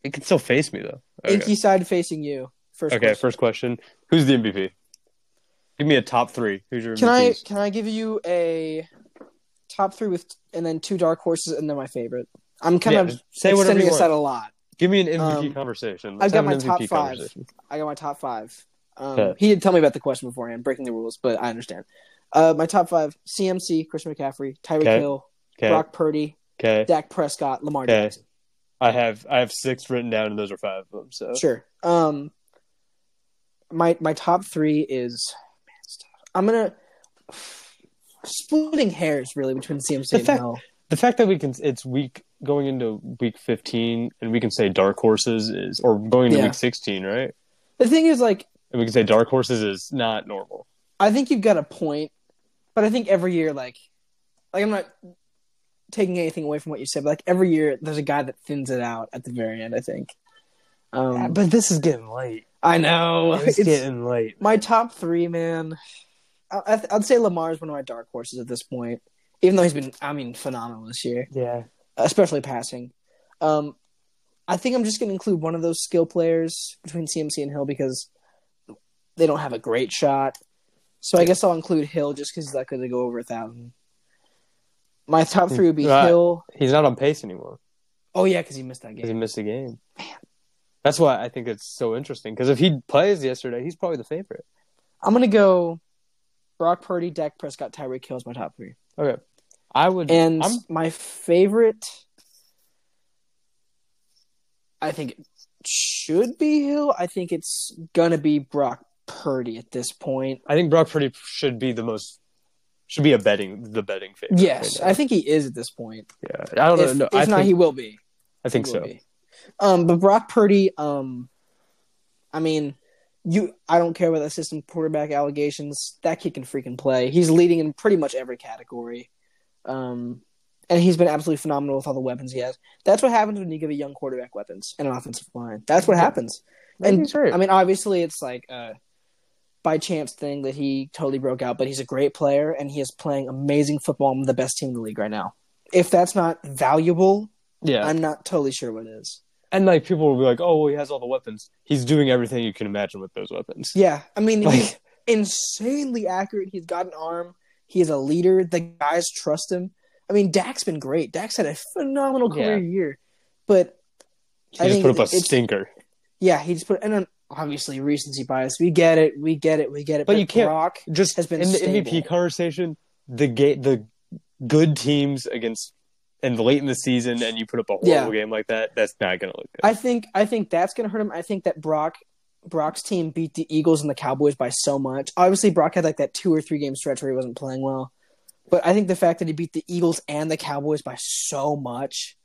B: it can still face me though. Okay.
A: Inky side facing you. First.
B: okay,
A: question.
B: first question: Who's the MVP? Give me a top three. Who's your
A: Can I
B: MVPs?
A: can I give you a top three with and then two dark horses and then my favorite? I'm kind
B: Yeah,
A: of
B: just say whatever
A: extending
B: you
A: this out
B: want.
A: a lot.
B: Give me an MVP
A: Um,
B: conversation.
A: I've got
B: have
A: my
B: an
A: top
B: MVP
A: five.
B: conversation.
A: I got my top five. Um,
B: Okay.
A: He did tell me about the question beforehand, breaking the rules, but I understand. Uh, my top five: CMC, Christian McCaffrey, Tyreek
B: Okay.
A: Hill,
B: Okay,
A: Brock Purdy,
B: okay.
A: Dak Prescott, Lamar
B: Okay.
A: Jackson.
B: I have I have six written down, and those are five of them. So
A: Sure. Um, my my top three is man, it's tough. I'm gonna *sighs* splitting hairs really between CMC
B: The
A: and
B: fact-
A: Hill.
B: the fact that we can it's week going into week 15 and we can say dark horses is or going into
A: Yeah.
B: week 16 right
A: The thing is, like,
B: and we can say dark horses is not normal
A: I think you've got a point, but I think every year, like, like I'm not taking anything away from what you said, but like every year, there's a guy that thins it out at the very end. I think. Um,
B: but this is getting late
A: I know
B: it's,
A: It's-
B: getting late
A: my top three, man. I, I, I'd say Lamar is one of my dark horses at this point, even though he's been, I mean, phenomenal this year,
B: yeah
A: especially passing. Um, I think I'm just going to include one of those skill players between CMC and Hill because they don't have a great shot. So I guess I'll include Hill just because he's likely to go over a thousand. My top three would be
B: Right.
A: Hill.
B: he's not on pace anymore
A: Oh yeah, because he missed that
B: 'cause he
A: game.
B: missed a game that's why i think it's so interesting because if he plays yesterday he's probably the favorite
A: I'm gonna go Brock Purdy, Dak Prescott, Tyreek Hill is my top three.
B: okay i would
A: And
B: I'm-
A: my favorite, I think it should be Hill. I think it's gonna be Brock Purdy at this point.
B: i think brock purdy should be the most should be a betting the betting favorite
A: Yes,
B: right
A: I think he is at this point.
B: now. yeah i don't
A: If,
B: know no,
A: if
B: I,
A: not,
B: think,
A: he will be.
B: I think
A: He
B: so
A: will be. Um, but Brock Purdy, um, I mean, you, I don't care about that system quarterback allegations. That kid can freaking play. He's leading in pretty much every category, um, and he's been absolutely phenomenal with all the weapons he has. That's what happens when you give a young quarterback weapons and an offensive line. That's what happens. And
B: He's right.
A: I mean, obviously, it's like a by chance thing that he totally broke out, but he's a great player and he is playing amazing football on the best team in the league right now. If that's not valuable,
B: yeah
A: I'm not totally sure what is.
B: And like people will be like, "Oh, well, he has all the weapons. He's doing everything you can imagine with those weapons."
A: Yeah, I mean, he's
B: Like,
A: insanely accurate. He's got an arm. He is a leader. The guys trust him. I mean, Dak's been great. Dak's had a phenomenal career year, but
B: he
A: I think
B: just put up a
A: it's-
B: stinker.
A: yeah, he just put and then obviously recency bias. We get it. We get it. We get it.
B: But you can't-
A: Brock
B: Just
A: has been
B: in the
A: stable.
B: MVP conversation, the ga- the good teams against and late in the season, and you put up a horrible
A: Yeah.
B: game like that. That's not going to look good.
A: I think I think that's gonna hurt him. I think that Brock Brock's team beat the Eagles and the Cowboys by so much. Obviously, Brock had like that two or three game stretch where he wasn't playing well, but I think the fact that he beat the Eagles and the Cowboys by so much,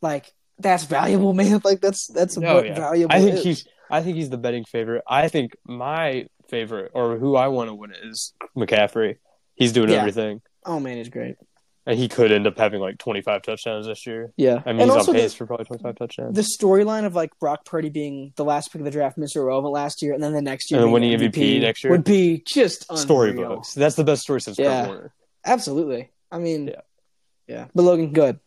A: like that's valuable, *laughs* man. Like that's that's
B: Oh,
A: what
B: yeah.
A: valuable.
B: I think
A: is.
B: he's I think he's the betting favorite. I think my favorite or who I want to win it is McCaffrey. He's doing
A: Yeah.
B: everything.
A: Oh man, he's great.
B: And he could end up having like twenty five touchdowns this year.
A: Yeah,
B: I mean
A: and
B: he's
A: also
B: on
A: the-
B: pace for probably twenty five touchdowns.
A: the storyline of like Brock Purdy being the last pick of the draft, Mr. Irrelevant last year, and then the next year
B: And then
A: being
B: winning MVP next year?
A: would be just unreal.
B: Storybooks. That's the best story since
A: Yeah.
B: Kurt Warner.
A: Absolutely. I mean,
B: Yeah.
A: yeah, But Logan, good.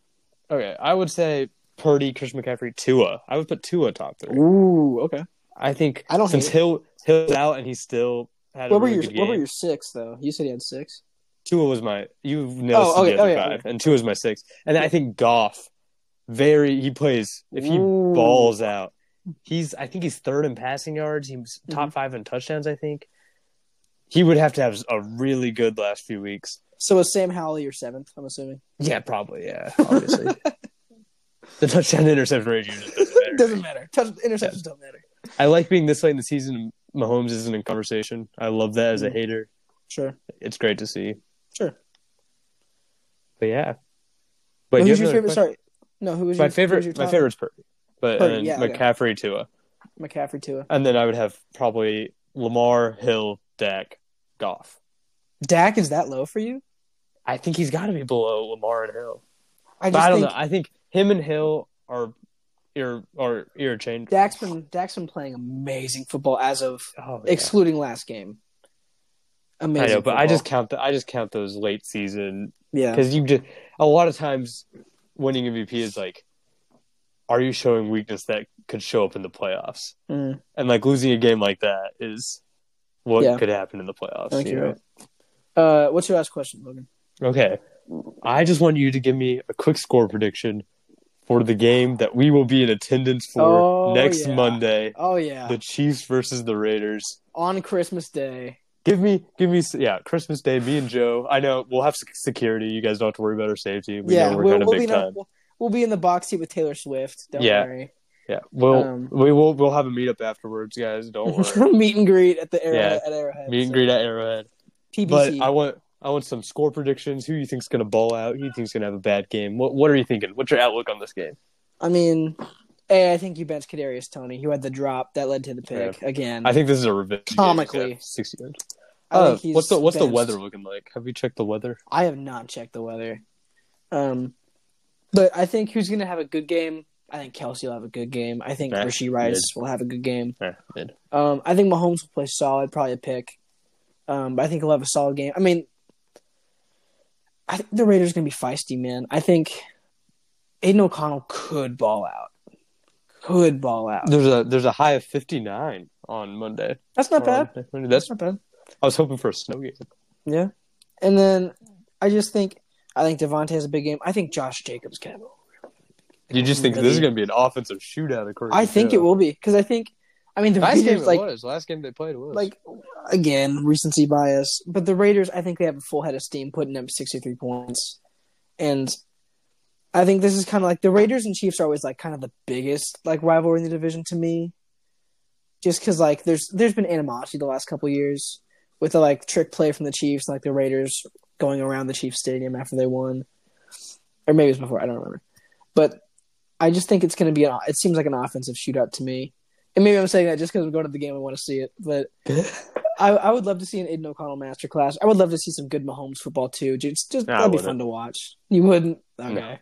B: Okay. I would say Purdy, Christian McCaffrey, Tua. I would put Tua top three.
A: Ooh, okay.
B: I think
A: I don't
B: since
A: hate
B: Hill Hill's out and he still had a
A: What were
B: really
A: your
B: good game.
A: What were your six though? You said he had six.
B: Tua was my you nailed
A: Oh, okay,
B: the other
A: oh, yeah,
B: five, and two was my six. And then I think Goff, very he plays if he
A: Ooh.
B: balls out. He's I think he's third in passing yards. He's
A: Mm-hmm.
B: top five in touchdowns. I think he would have to have a really good last few weeks.
A: So was Sam Howell your seventh? I'm assuming.
B: Yeah, probably. Yeah,
A: *laughs*
B: obviously. the touchdown to interception ratio just *laughs*
A: *laughs*
B: doesn't matter.
A: Doesn't matter. Touch, interceptions don't matter.
B: I like being this late in the season. and Mahomes isn't in conversation. I love that as a
A: Mhm.
B: hater.
A: Sure.
B: It's great to see.
A: Sure.
B: But yeah.
A: But
B: do you
A: who's your
B: have another
A: favorite?
B: question?
A: Sorry. No, who was your, who
B: my
A: was
B: favorite
A: your
B: my
A: top?
B: favorite's Purdy, but
A: Purdy,
B: and
A: yeah, okay.
B: McCaffrey Tua,
A: McCaffrey Tua.
B: and then I would have probably Lamar Hill Dak Goff.
A: Dak is that low for you?
B: I think he's got to be below Lamar and Hill.
A: I
B: But
A: just
B: I don't
A: think
B: know. I think him and Hill are ear are ear chained.
A: Dak's been Dak's been playing amazing football as of
B: Oh, yeah.
A: excluding last game.
B: I
A: Amazing.
B: know, but I
A: football.
B: just count the, I just count those late season
A: yeah.
B: because you just a lot of times winning MVP is like, are you showing weakness that could show up in the playoffs?
A: Mm,
B: And like losing a game like that is what
A: Yeah.
B: could happen in the playoffs.
A: I think
B: you
A: you're
B: know?
A: right. Uh, what's your last question, Logan?
B: Okay. I just want you to give me a quick score prediction for the game that we will be in attendance for
A: Oh,
B: next
A: yeah.
B: Monday.
A: Oh yeah,
B: The Chiefs versus the Raiders.
A: on Christmas Day.
B: Give me give me yeah, Christmas Day, me and Joe. I know we'll have sec- security. You guys don't have to worry about our safety. We
A: yeah,
B: know we're
A: we'll,
B: kind of
A: we'll be
B: big
A: in a-
B: time.
A: we'll, we'll be in the box seat with Taylor Swift. Don't
B: Yeah.
A: worry.
B: Yeah. We'll
A: um,
B: we will we'll have a meetup afterwards, guys.
A: *laughs*
B: Don't worry.
A: Meet and greet at the
B: Yeah.
A: Arrowhead. At Arrowhead
B: Meet and
A: so.
B: greet at Arrowhead.
A: PBC.
B: But I want I want some score predictions. Who you think's gonna ball out? Who you think's gonna have a bad game? What what are you thinking? What's your outlook on this game?
A: I, mean, hey, I think you benched Kadarius Tony, who had the drop that led to the pick again.
B: I think this is a revenge. game.
A: Comically.
B: Yeah, sixty yards.
A: I
B: Uh,
A: think he's
B: what's the what's the
A: benched.
B: weather looking like? Have you checked the weather?
A: I have not checked the weather. Um, but I think who's going to have a good game? I think Kelsey will have a good game. I think
B: Yeah,
A: Hershey Rice will have a good game.
B: Eh, mid.
A: Um, I think Mahomes will play solid, probably a pick. Um, but I think he'll have a solid game. I mean, I think the Raiders going to be feisty, man. I think Aiden O'Connell could ball out. Could ball out.
B: There's a there's a high of fifty nine on Monday.
A: That's not bad.
B: Or on- That's
A: That's not bad.
B: I was hoping for a snow game.
A: Yeah. And then I just think I think Devontae has a big game. I think Josh Jacobs can have a
B: You just think this is going to be an offensive shootout, according.
A: Mm, I
B: to
A: think
B: Joe.
A: it will be because I think, I mean, the
B: Last game
A: Raiders
B: it
A: like
B: was. Last game they played was. *laughs*
A: like again recency bias, but the Raiders I think they have a full head of steam, putting up sixty three points, and I think this is kind of like the Raiders and Chiefs are always like kind of the biggest like rivalry in the division to me, just because like there's there's been animosity the last couple years with the like trick play from the Chiefs, like the Raiders going around the Chiefs stadium after they won, or maybe it was before I don't remember, but I just think it's going to be an it seems like an offensive shootout to me. And maybe I'm saying that just because I'm going to the game and want to see it, but I, I would love to see an Aiden O'Connell masterclass. I would love to see some good Mahomes football too. Just, just
B: Nah, I
A: that'd be
B: wouldn't.
A: fun to watch. You wouldn't? Okay.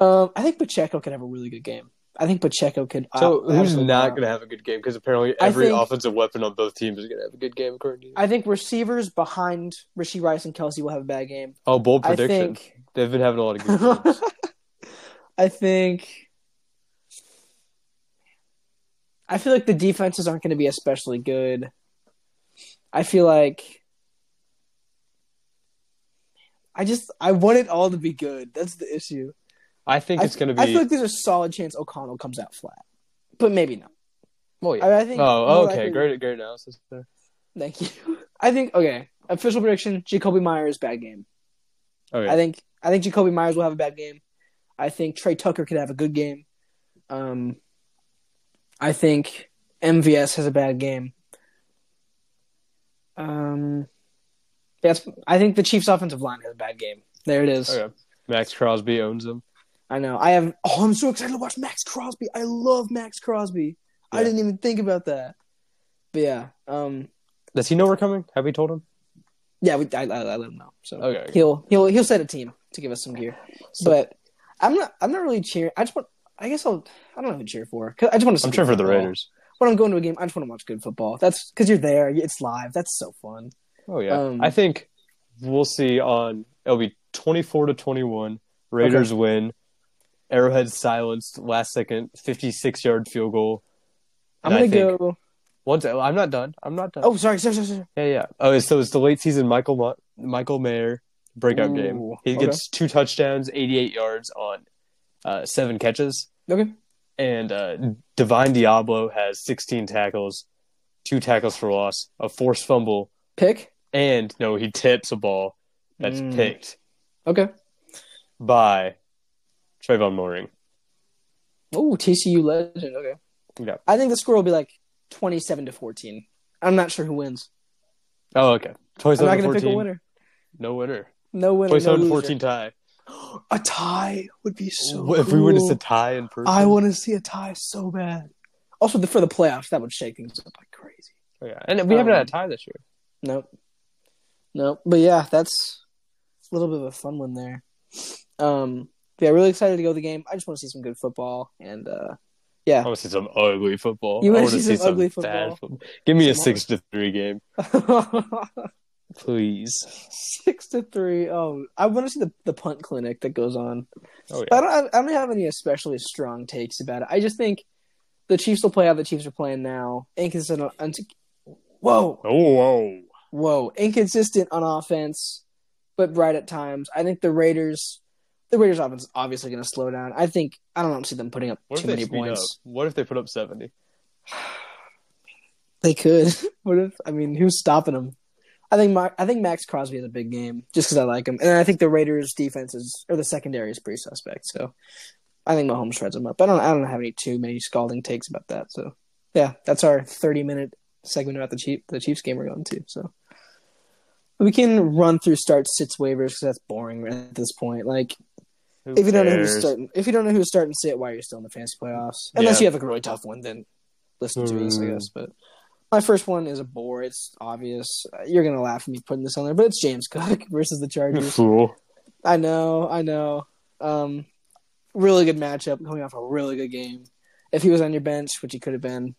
A: Um, I think Pacheco could have a really good game. I think Pacheco could.
B: so
A: uh,
B: who's
A: absolutely
B: not
A: wow.
B: going to have a good game? Because apparently
A: I
B: every
A: think-
B: offensive weapon on both teams is going to have a good game, according to you.
A: I think receivers behind Rishi Rice and Kelsey will have a bad game.
B: oh, bold
A: I
B: prediction.
A: think.
B: They've been having a lot
A: *laughs*
B: of good games.
A: I think. I feel like the defenses aren't going to be especially good. I feel like. I just I want it all to be good. That's the issue.
B: I think it's going to be.
A: I feel like there's a solid chance O'Connell comes out flat, but maybe not.
B: oh, yeah.
A: I, I think.
B: oh,
A: more
B: okay.
A: likely-
B: Great, great analysis there.
A: *laughs* Thank you. I think okay. Official prediction: Jacoby Myers bad game.
B: Oh yeah.
A: I think I think Jacoby Myers will have a bad game. I think Trey Tucker could have a good game. Um, I think MVS has a bad game. Um, that's I think the Chiefs' offensive line has a bad game. There it is.
B: Okay. Max Crosby owns them.
A: I know. I have. Oh, I'm so excited to watch Max Crosby. I love Max Crosby. I
B: Yeah.
A: didn't even think about that. But yeah, um,
B: Does he know we're coming? Have we told him?
A: yeah, we, I, I, I let him know. So
B: Okay, okay.
A: he'll he'll he'll set a team to give us some gear. but I'm not I'm not really cheering. I just want. I guess I'll. I don't know who to cheer for. 'Cause I just want to.
B: I'm sure for the Raiders.
A: When I'm going to a game, I just want to watch good football. That's because you're there. It's live. That's so fun.
B: Oh yeah.
A: Um,
B: I think we'll see on it'll be twenty four to twenty one. Raiders win. Arrowhead silenced last second, fifty six yard field goal.
A: I'm
B: And I
A: gonna
B: think-
A: go.
B: Once I'm not done. I'm not done.
A: Oh, sorry, sorry, sorry. sorry.
B: Yeah, yeah. Oh, so it's the late season Michael Ma- Michael Mayer breakout
A: Ooh,
B: game. He
A: okay.
B: gets two touchdowns, 88 yards on uh, seven catches,
A: Okay.
B: and uh, Divine Diablo has 16 tackles, two tackles for loss, a forced fumble,
A: Pick.
B: and no, he tips a ball that's
A: Mm.
B: picked
A: Okay.
B: by Trayvon Mooring.
A: Oh, TCU legend. Okay.
B: Yeah.
A: I think the score will be like 27 to 14. I'm not sure who wins.
B: Oh, okay.
A: I'm not
B: 27
A: going to
B: 14.
A: pick a winner.
B: No winner.
A: No winner.
B: 27
A: no
B: 14 tie.
A: loser. *gasps* A tie would be so.
B: What if we were
A: cool.
B: to tie in person,
A: I want to see a tie so bad. Also, the, for the playoffs, that would shake things up like crazy.
B: Oh, yeah. And we haven't
A: Um,
B: had a tie this year.
A: Nope. Nope. But yeah, that's a little bit of a fun one there. Um, yeah, really excited to go to the game. I just want to see some good football and uh, *laughs*
B: I want to see some ugly football.
A: You
B: I
A: wanna
B: want to
A: see
B: see
A: some
B: some
A: ugly
B: bad
A: football?
B: football. Give me a
A: Some
B: six to three game, please.
A: six to three. Oh, I want to see the, the punt clinic that goes on.
B: Oh
A: But I don't, I don't have any especially strong takes about it. I just think the Chiefs will play how the Chiefs are playing now. Inconsistent. On, whoa,
B: Oh, whoa.
A: whoa, inconsistent on offense, but right at times. I think the Raiders, the Raiders' offense is obviously going to slow down. I think I don't see them putting up
B: What if
A: too
B: they
A: many
B: speed up?
A: points.
B: What if they put up seventy?
A: They could. *laughs* what if? I mean, who's stopping them? I think my, I think Max Crosby has a big game just because I like him, and I think the Raiders' defense is or the secondary is pretty suspect. So I think Mahomes shreds them up. I don't I don't have any too many scalding takes about that. So yeah, that's our thirty minute segment about the Chief the Chiefs game we're going to. So we can run through start sits waivers because that's boring at this point. Like
B: Who
A: if you don't know who's
B: cares?
A: starting, if you don't know who's starting sit, why are you still in the fantasy playoffs? Unless
B: Yeah.
A: you have like, a really tough one, then listen to this, I
B: Hmm.
A: guess. But my first one is a bore. It's obvious. Uh, You're gonna laugh at me putting this on there, but it's James *laughs* Cook versus the
B: You *laughs*
A: Chargers.
B: fool.
A: I know, I know. Um, really good matchup coming off a really good game. If he was on your bench, which he could have been,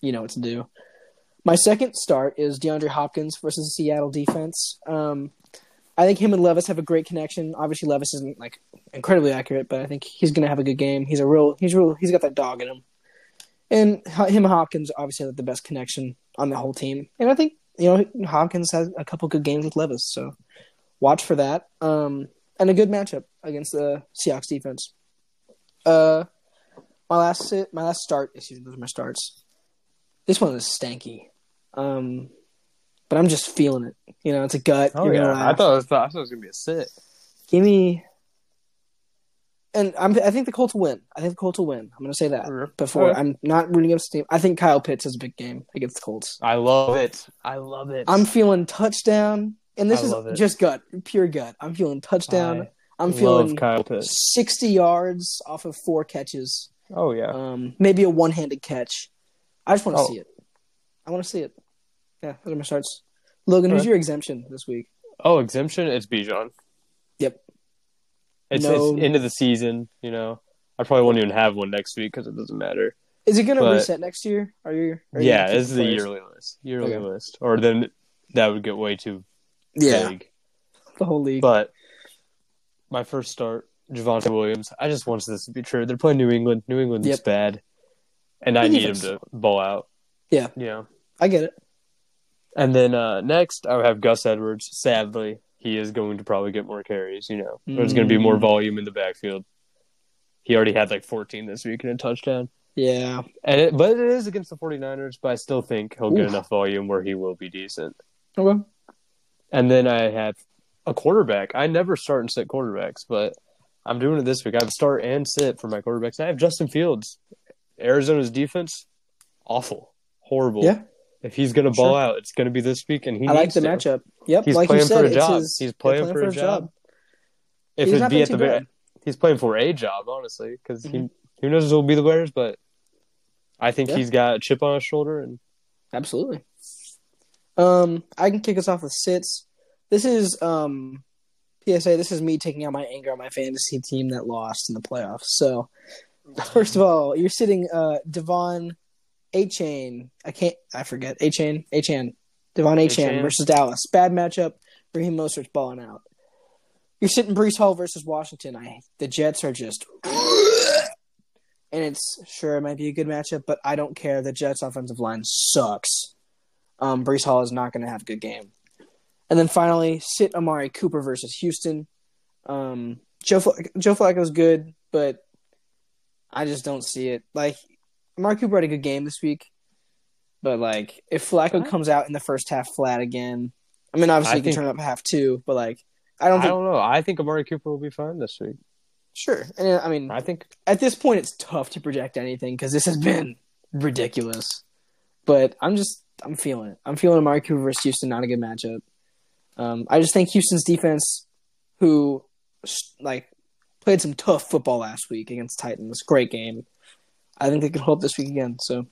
A: you know what to do. My second start is DeAndre Hopkins versus the Seattle defense. Um, I think him and Levis have a great connection. Obviously, Levis isn't like incredibly accurate, but I think he's going to have a good game. He's a real, he's real, he's got that dog in him. And Ho- him and Hopkins obviously have the best connection on the whole team. And I think you know Hopkins has a couple good games with Levis, so watch for that. Um, and a good matchup against the Seahawks defense. Uh, my last sit, my last start. Excuse me, those are my starts. This one is stanky, um, but I'm just feeling it. You know, it's a gut.
B: Oh
A: You're gonna
B: yeah. I
A: laugh.
B: thought, I thought I thought it was gonna be a sit.
A: Give me. And I'm, I think the Colts will win. I think the Colts will win. I'm going to say that before
B: Okay.
A: I'm not rooting against the team. I think Kyle Pitts has a big game against the Colts.
B: I love it. I love it.
A: I'm feeling touchdown, and this
B: I love it.
A: is just gut, pure gut. I'm feeling touchdown.
B: I
A: I am
B: love
A: feeling
B: Kyle Pitts.
A: 60 yards off of four catches,
B: Oh yeah.
A: um, maybe a one-handed catch. I just want to
B: Oh.
A: see it. I want to see it. Yeah, those are my starts. Logan, who's
B: Okay.
A: your exemption this week?
B: Oh exemption. It's Bijan.
A: Yep.
B: It's,
A: No.
B: it's end of the season. You know. I probably won't even have one next week because it doesn't matter.
A: Is it going to
B: But-
A: reset next year? Are you? Are you
B: yeah,
A: gonna keep
B: this is the
A: players?
B: yearly list. Yearly
A: Okay.
B: list, or then that would get way too
A: Yeah,
B: big.
A: the whole league.
B: But my first start, Javante Williams. I just want this to be true. They're playing New England. New England is
A: Yep.
B: bad, and I
A: The
B: need him
A: defense.
B: to ball out.
A: Yeah.
B: yeah.
A: I get it.
B: And then uh, next, I would have Gus Edwards. Sadly, he is going to probably get more carries. You know, there's going to be more
A: Mm.
B: volume in the backfield. He already had like 14 this week and a touchdown.
A: Yeah.
B: And it, but it is against the 49ers. But I still think he'll get
A: Oof.
B: enough volume where he will be decent.
A: Okay.
B: And then I have a quarterback. I never start and sit quarterbacks, but I'm doing it this week. I have start and sit for my quarterbacks. And I have Justin Fields. Arizona's defense, awful, horrible.
A: Yeah.
B: If he's going to ball
A: Sure.
B: out, it's going to be this week, and he
A: I like
B: needs
A: the
B: to.
A: matchup. Yep,
B: He's
A: like
B: playing
A: you said,
B: for a
A: it's
B: job.
A: his-
B: he's
A: they're
B: playing, for, a job. If
A: He's
B: it'd
A: not
B: be
A: been
B: at
A: too
B: the very,
A: bad. Mm-hmm.
B: he's playing for a job, honestly, because he who knows who'll be the Bears, but I think
A: Yeah.
B: he's got a chip on his shoulder, and
A: Absolutely. Um, I can kick us off with sits. This is um, PSA. This is me taking out my anger on my fantasy team that lost in the playoffs. So, first of all, you're sitting uh Devon A Chain. I can't. I forget A Chain. A Chain. Devon A Chain
B: Achane.
A: versus Dallas. Bad matchup. Raheem Mostert's balling out. You're sitting Brees Hall versus Washington. I the Jets are just. And it's sure it might be a good matchup, but I don't care. The Jets' offensive line sucks um, Brees Hall is not going to have a good game. And then finally, sit Amari Cooper versus Houston. Um, Joe Fl- Joe Flacco's good, but I just don't see it. Like Amari Cooper had a good game this week, but like if Flacco
B: I-
A: comes out in the first half flat again, I mean obviously
B: I
A: you can
B: think-
A: turn up half two, but like I don't
B: I
A: think
B: don't know. I think Amari Cooper will be fine this week.
A: sure. And uh, I mean
B: I think
A: at this point it's tough to project anything because this has been ridiculous. But I'm just I'm feeling it. I'm feeling Amari Cooper versus Houston not a good matchup. Um, I just think Houston's defense, who s- like played some tough football last week against Titans, great game. I think they could hold this week again. So,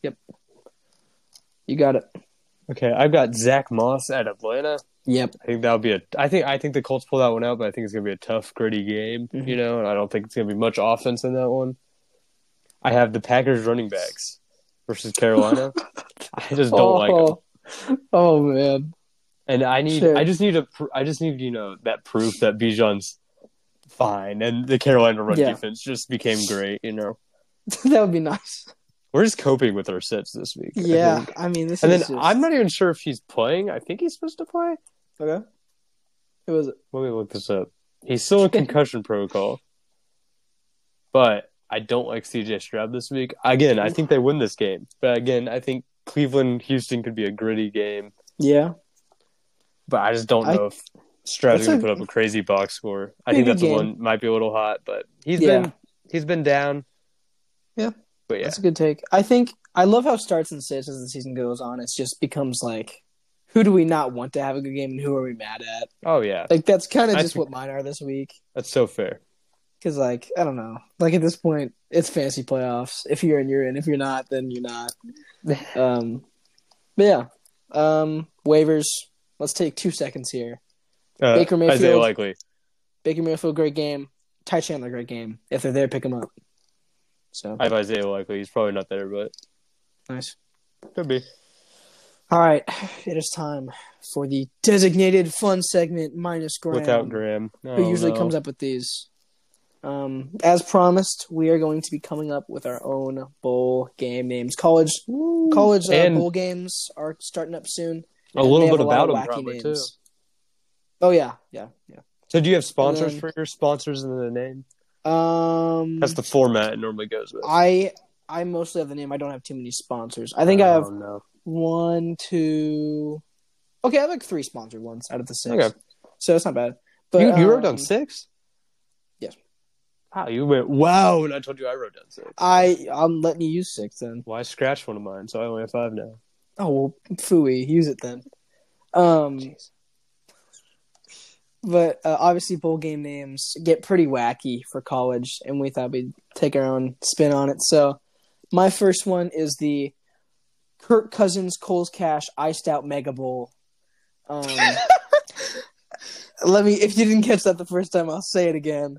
A: yep, you got it.
B: okay. I've got Zach Moss at Atlanta.
A: Yep,
B: I think that'll be a. I think I think the Colts pull that one out, but I think it's gonna be a tough, gritty game.
A: Mhm.
B: You know, and I don't think it's gonna be much offense in that one. I have the Packers running backs
A: *laughs*
B: versus Carolina. I just don't like 'em.
A: oh, *laughs* Oh man,
B: and I need.
A: Sure.
B: I just need a. pr- I just need you know that proof that Bijan's fine, and the Carolina run
A: Yeah.
B: defense just became great. You know,
A: that would be nice.
B: we're just coping with our sets this week. I
A: Yeah,
B: think.
A: I, mean this.
B: And then
A: is just-
B: I'm not even sure if he's playing. I think he's supposed to play.
A: okay. Who was it?
B: Let me look this up.
A: *laughs*
B: He's still in concussion protocol, but I don't like CJ Stroud this week. Again, I think they win this game, but again, I think Cleveland Houston could be a gritty game.
A: Yeah.
B: But I just don't
A: I-
B: know if Stroud's
A: That's
B: going
A: a-
B: to put up a crazy box score. I
A: Maybe
B: think that's the
A: game.
B: one might be a little hot, but he's
A: Yeah.
B: been he's been down.
A: Yeah.
B: but yeah,
A: That's a good take. I think I love how starts and sits as the season goes on. It just becomes like, who do we not want to have a good game and who are we mad at?
B: oh yeah,
A: Like that's kind of
B: I
A: just
B: think-
A: what mine are this week.
B: that's so fair.
A: Because like I don't know. Like at this point, it's fantasy playoffs. If you're in, you're in. If you're not, then you're
B: *laughs*
A: not. Um, but yeah, um, waivers. Let's take two seconds here.
B: Uh,
A: Baker
B: Isaiah
A: Mayfield.
B: Likely.
A: Baker Mayfield, great game. Ty Chandler, great game. If they're there, pick them up. So
B: I have Isaiah Likely. He's probably not there, but
A: nice.
B: could be.
A: All right, it is time for the designated fun segment minus Graham,
B: Without Graham, Oh,
A: who usually comes up with these. Um, as promised, we are going to be coming up with our own bowl game names. College college uh,
B: And-
A: bowl games are starting up soon.
B: a
A: and
B: little
A: they have
B: bit
A: lot
B: about
A: of
B: him,
A: wacky
B: probably too.
A: names. Oh yeah, yeah, yeah.
B: So, do you have sponsors
A: then-
B: for your sponsors in the name?
A: Um,
B: That's the format it normally goes with.
A: I I mostly have the name. I don't have too many sponsors. I think I have
B: don't know.
A: one, two. Okay, I have like three sponsored ones out of the six.
B: Okay.
A: So it's not bad. But
B: you, you wrote
A: um,
B: down six.
A: yes.
B: Wow, you went wow, and I told you I wrote down six.
A: I I'm letting you use six then.
B: Well, I scratched one of mine, so I only have five now.
A: Oh well, fooey, use it then. Um, but uh, obviously bowl game names get pretty wacky for college, and we thought we'd take our own spin on it. So my first one is the Kirk Cousins Coles Cash Iced Out Mega Bowl. Um, let me, if you didn't catch that the first time, I'll say it again.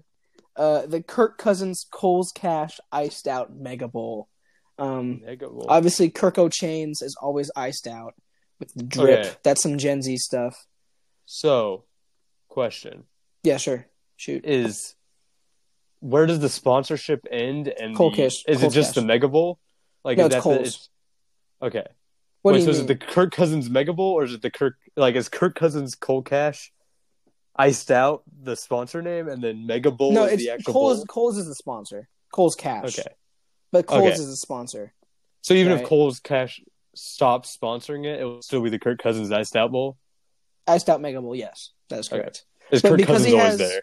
A: Uh, the Kirk Cousins Coles Cash Iced Out Mega Bowl. Um,
B: Mega Bowl.
A: Obviously, Kirko Chains is always iced out with the drip.
B: Okay.
A: That's some Gen Z stuff.
B: So, question
A: Yeah, sure. Shoot.
B: is, where does the sponsorship end? And
A: Cold
B: the-
A: Cash.
B: is
A: Cold
B: it just
A: Cash.
B: the Mega Bowl? Like
A: No,
B: is
A: it's
B: that
A: Coles.
B: the, it's- okay?
A: What
B: Wait,
A: do
B: so
A: you
B: is
A: mean?
B: it the Kirk Cousins Mega Bowl or is it the Kirk like is Kirk Cousins Cold Cash iced out the sponsor name and then Mega Bowl
A: no,
B: is
A: it's
B: the actual
A: Coles.
B: bowl?
A: Coles is the sponsor. Coles Cash.
B: Okay.
A: But Coles
B: Okay.
A: is the sponsor.
B: So even
A: Right.
B: if Cole's Cash stops sponsoring it, it will still be the Kirk Cousins Iced Out Bowl.
A: Iced out mega bowl. Yes, that is
B: Okay.
A: correct.
B: Is
A: But
B: Kirk
A: because
B: Cousins
A: he
B: always
A: has-
B: there?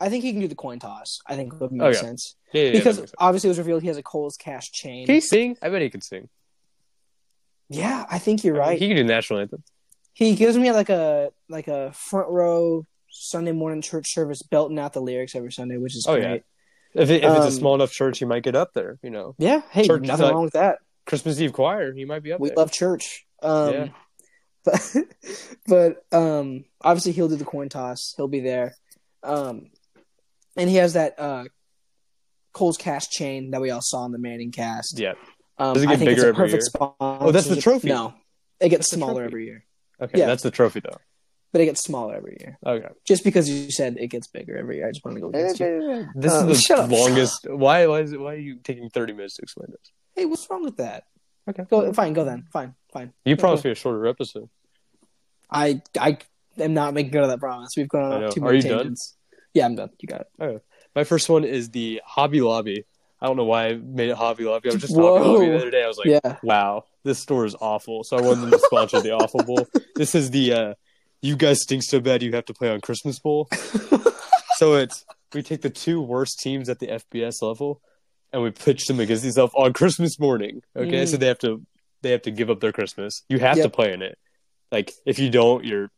A: I think he can do the coin toss. I think would make
B: Okay.
A: sense
B: Oh, Yeah, yeah, yeah,
A: because
B: that makes sense.
A: obviously it was revealed he has a Cole's Cash chain.
B: can he sing? I bet he could sing.
A: yeah, I think you're
B: I mean,
A: right.
B: he can do national anthem.
A: he gives me like a like a front row Sunday morning church service belting out the lyrics every Sunday, which is
B: Oh, yeah.
A: great.
B: If, it, if it's
A: Um,
B: a small enough church, he might get up there. You know,
A: Yeah, hey,
B: Church is
A: nothing
B: like-
A: wrong with that.
B: Christmas Eve choir, he might be up
A: We
B: there.
A: love church. Um,
B: Yeah.
A: *laughs* But but um, obviously he'll do the coin toss. He'll be there, um, and he has that uh, Cole's Cash chain that we all saw in the Manning cast.
B: yeah.
A: Um,
B: Does it
A: I
B: get
A: think it's
B: bigger
A: a
B: every
A: perfect
B: year?
A: spot.
B: Oh, that's the trophy.
A: No, it gets
B: That's the
A: smaller
B: trophy.
A: every year,
B: Okay,
A: Yeah.
B: that's the trophy though.
A: but it gets smaller every year.
B: Okay,
A: Just because you said it gets bigger every year, I just want to go against you.
B: this
A: Um,
B: is
A: shut
B: the
A: up.
B: longest. Why? Why is it? Why are you taking thirty minutes to explain this?
A: Hey, what's wrong with that?
B: Okay,
A: Go, fine, go then. Fine, fine.
B: You promised me a shorter episode.
A: I, I am not making good on that promise. We've gone
B: I
A: on
B: know.
A: too
B: Are
A: many
B: you done?
A: tangents. Yeah, I'm done. You got it.
B: My first one is the Hobby Lobby. I don't know why I made it Hobby Lobby. I was just
A: Whoa.
B: Hobby Lobby the other day. I was like,
A: yeah.
B: *laughs* wow, this store is awful. So I wanted them to sponsor the Awful Bowl. This is the uh, you guys stink so bad you have to play on
A: *laughs*
B: Christmas Bowl. so it's we take the two worst teams at the FBS level and we pitch them against these elf on Christmas morning. Okay,
A: Mm.
B: so they have to they have to give up their Christmas. You have to
A: Yep.
B: play in it. Like if you don't, you're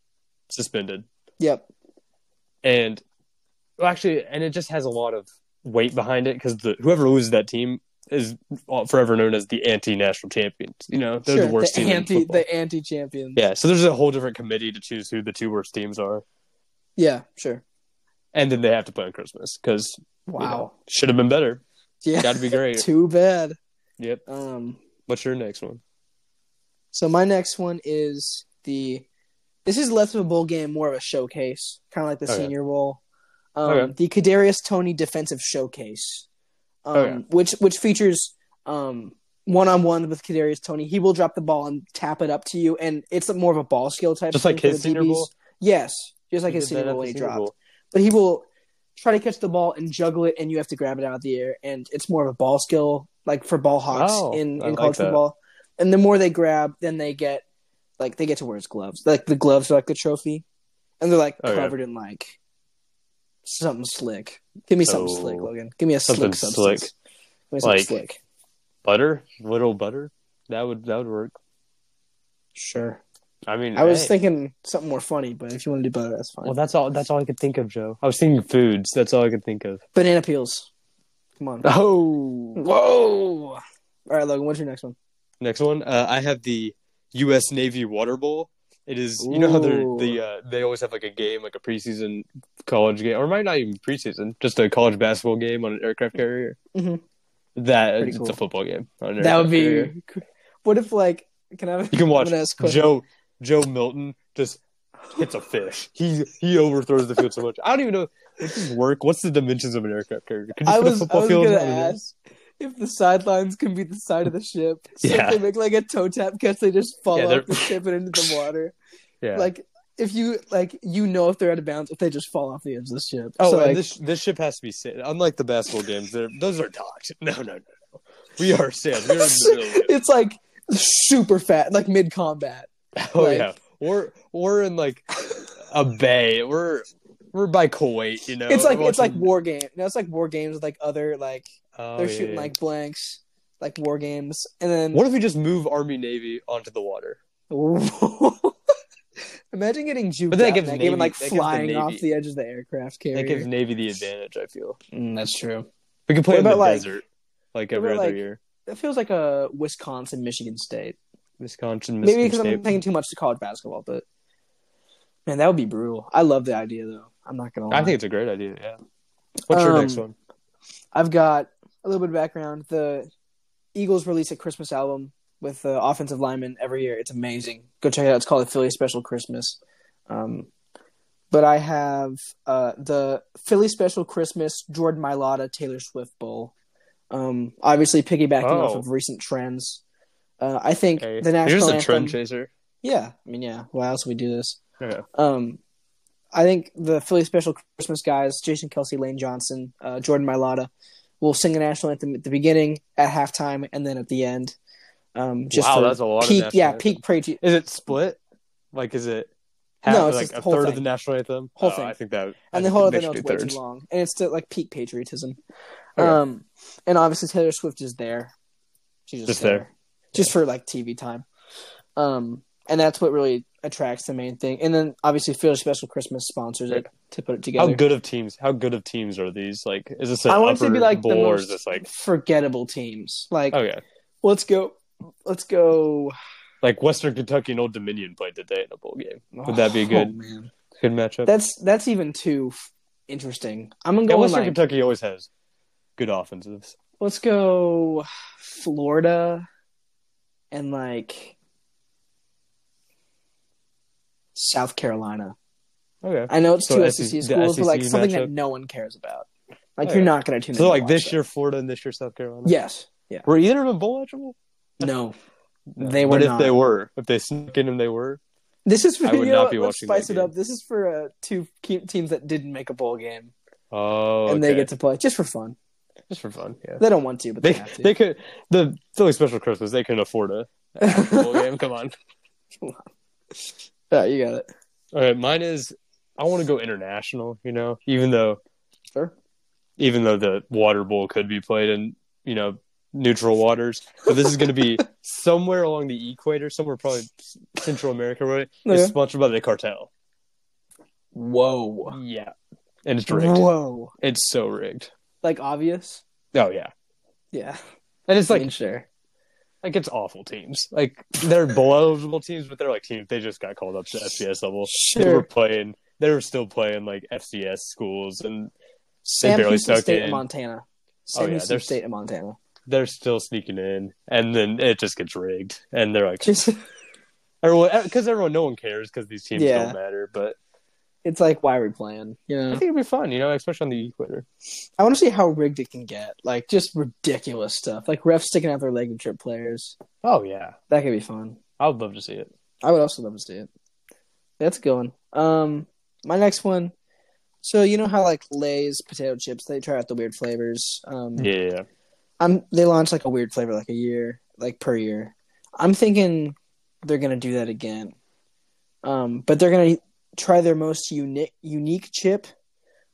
B: suspended.
A: Yep.
B: And well, actually, and it just has a lot of weight behind it because the whoever loses that team is forever known as the anti-national champions. You know, they're
A: sure.
B: the worst team. in
A: anti,
B: football.
A: the anti champions.
B: Yeah, so there's a whole different committee to choose who the two worst teams are,
A: Yeah. Sure.
B: and then they have to play on Christmas because
A: Wow.
B: should have been better.
A: Yeah. *laughs*
B: Got to be great.
A: Too bad.
B: yep.
A: Um.
B: What's your next one?
A: So my next one is the. This is less of a bowl game, more of a showcase, kind of like the
B: Okay.
A: Senior Bowl. Um,
B: Okay.
A: The Kadarius Tony Defensive Showcase, um,
B: Okay.
A: which which features um, one-on-one with Kadarius Tony. He will drop the ball and tap it up to you, and it's more of a ball skill type.
B: Just like
A: thing for
B: his
A: the
B: Senior
A: DBs.
B: Bowl.
A: Yes, just like
B: You
A: his
B: did
A: Senior
B: that at
A: Bowl
B: the
A: when he
B: Senior
A: dropped.
B: Bowl.
A: But he will try to catch the ball and juggle it, and you have to grab it out of the air. And it's more of a ball skill, like for ball hawks
B: Oh,
A: in, in
B: I like
A: college
B: that.
A: football. And the more they grab, then they get like they get to wear his gloves. Like the gloves are like the trophy, and they're like
B: Okay.
A: covered in like something slick. Give me something
B: Oh.
A: slick, Logan. Give me a
B: Something
A: slick substance.
B: slick.
A: Give me something
B: Like-
A: slick.
B: Butter, little butter. That would that would work.
A: Sure.
B: I mean,
A: I was
B: hey.
A: thinking something more funny, but if you want to do better, that's fine.
B: Well, that's all. That's all I could think of, Joe. I was thinking foods. That's all I could think of.
A: Banana peels. Come
B: *laughs*
A: on.
B: Oh.
A: Whoa. All right, Logan. What's your next one?
B: Next one, uh, I have the U.S. Navy water bowl. It is you know how they
A: Ooh.
B: the uh, they always have like a game like a preseason college game or might not even preseason just a college basketball game on an aircraft carrier.
A: Mhm.
B: That
A: Pretty
B: it's
A: cool.
B: a football game. On an
A: That would
B: aircraft
A: be.
B: carrier.
A: What if like? Can I? Have,
B: You can watch
A: I'm gonna ask a question.
B: Joe Joe Milton just hits a fish. He he overthrows the field so much. I don't even know. What's his work? What's the dimensions of an aircraft carrier? Could
A: I
B: put a
A: was, I
B: football
A: was
B: field
A: gonna
B: on it?
A: ask if the sidelines can be the side of the ship. So
B: Yeah.
A: if they make like a toe tap catch, they just fall
B: Yeah,
A: off
B: they're-
A: the ship and into
B: *laughs*
A: the water.
B: Yeah.
A: Like if you like you know if they're out of bounds if they just fall off the edge of the ship.
B: Oh,
A: so,
B: and
A: like,
B: this this ship has to be sand. Unlike the basketball games, they're, those are docks. *laughs* No, no, no, no. We are sand. We're in the middle of it.
A: *laughs* it's like super fat, like mid combat.
B: Oh
A: like-
B: yeah, we're we're in like a bay. We're we're by Kuwait. You know,
A: it's like
B: We're
A: it's like
B: watching-
A: war game. No, it's like war games with like other like
B: Oh,
A: they're
B: yeah,
A: shooting
B: yeah.
A: like blanks, like war games, and then
B: What if we just move Army Navy onto the water?
A: *laughs* Imagine getting juked
B: But that
A: out in
B: gives
A: that
B: Navy-
A: game and like
B: that gives the
A: flying
B: Navy-
A: off the edge of the aircraft carrier.
B: That gives mm, Navy the advantage. I feel
A: that's true.
B: we could play
A: What
B: in the
A: about, like-
B: desert like
A: what
B: every
A: about,
B: other
A: like,
B: year.
A: That feels like a Wisconsin, Michigan State.
B: Wisconsin,
A: Maybe
B: Mississippi
A: because I'm
B: State.
A: thinking too much to college basketball, but man, that would be brutal. I love the idea though. I'm not gonna lie.
B: I think it's a great idea. Yeah. What's your
A: Um,
B: next one?
A: I've got a little bit of background. The Eagles release a Christmas album with the offensive linemen every year. It's amazing. Go check it out. It's called the Philly Special Christmas. Um, but I have uh, the Philly Special Christmas Jordan Mailata Taylor Swift Bowl. Um, obviously piggybacking
B: Oh.
A: off of recent trends. Uh, I think
B: Hey,
A: the national
B: You're just a
A: anthem,
B: trend chaser.
A: Yeah, I mean, yeah. Why else would we do this?
B: Okay.
A: Um, I think the Philly Special Christmas guys, Jason Kelsey, Lane Johnson, uh, Jordan Mailata, will sing the national anthem at the beginning, at halftime, and then at the end. Um, just
B: wow,
A: for
B: that's a lot.
A: peak,
B: of
A: yeah,
B: national
A: peak patriotism.
B: Is it split? Like, is it half,
A: No, it's
B: like
A: just the
B: a
A: whole
B: third of the
A: thing.
B: national anthem.
A: Whole
B: Oh,
A: thing.
B: I think that I
A: and the
B: think
A: whole
B: they
A: other
B: should Oh,
A: note's
B: do
A: way
B: thirds.
A: too long, and it's still like peak patriotism.
B: Okay.
A: Um, and obviously Taylor Swift is there. She's just,
B: Just
A: there.
B: there.
A: just for like TV time. Um, and that's what really attracts the main thing. And then obviously Philly Special Christmas sponsors it to put it
B: How
A: together.
B: good of teams? How good of teams are these? Like, is this an
A: I want it
B: upper
A: to be like the
B: bowl or is
A: most
B: this like
A: forgettable teams. Like
B: okay?
A: let's go, let's go.
B: Like Western Kentucky and Old Dominion played today in a bowl game. Would that be
A: Oh,
B: good?
A: man.
B: Good matchup.
A: That's that's even too f- interesting. I'm gonna
B: Yeah,
A: go with
B: Western
A: like
B: Kentucky always has good offenses.
A: let's go Florida and like South Carolina.
B: Okay.
A: I know it's
B: So E
A: two
B: SEC
A: SEC, schools, but like
B: matchup?
A: something that no one cares about. Like
B: Oh,
A: you're
B: yeah.
A: not gonna tune in.
B: So
A: to
B: like
A: watch
B: this
A: that.
B: year Florida and this year South Carolina.
A: Yes. Yeah.
B: Were either of them bowl eligible?
A: *laughs*
B: *laughs*
A: No. They were
B: But if
A: not.
B: they were, if they snuck in and they were,
A: This is for
B: I would
A: you
B: not
A: know,
B: be
A: what, let's
B: watching that
A: spice it up. This is for uh, two ke- teams that didn't make a bowl game
B: oh,
A: and they
B: okay.
A: get to play just for fun.
B: just for fun. Yeah.
A: They don't want to, but they,
B: They *laughs*
A: have to.
B: they could the Philly Special Christmas. They couldn't afford a bowl *laughs* game. Come on.
A: *laughs* Yeah, you got it.
B: All right, mine is I want to go international. You know, even though
A: Sure.
B: even though the water bowl could be played in you know neutral waters, but this is going to *laughs* be somewhere along the equator, somewhere probably Central America, right?
A: Yeah.
B: It's sponsored by the cartel.
A: Whoa.
B: Yeah, and it's rigged.
A: Whoa.
B: It's so rigged.
A: Like obvious?
B: Oh yeah,
A: Yeah.
B: and it's
A: I
B: like
A: mean, sure.
B: like it's awful teams. Like *laughs* they're below eligible teams, but they're like teams. They just got called up to FCS level. They were
A: Sure.
B: playing. They were still playing like FCS schools, and
A: Sam
B: barely
A: Houston
B: stuck
A: State
B: in. Oh,
A: of Montana. Sam
B: yeah,
A: Houston
B: there's-
A: State of Montana.
B: they're still sneaking in, and then it just gets rigged, and they're like,
A: Just *laughs*
B: everyone, because everyone, no one cares because these teams
A: Yeah. Mm-hmm.
B: don't matter. But
A: it's like why are we playing? You
B: I
A: know?
B: think it'd be fun, you know, especially on the equator.
A: I want to see how rigged it can get. Like just ridiculous stuff. Like refs sticking out their leg and trip players.
B: Oh yeah,
A: That could be fun.
B: I would love to see it.
A: I would also love to see it. That's a good one. Um, my next one. So you know how like Lay's potato chips, they try out the weird flavors. Um,
B: Yeah,
A: I'm they launch like a weird flavor like a year, like per year. I'm thinking they're gonna do that again, um, but they're gonna try their most unique unique chip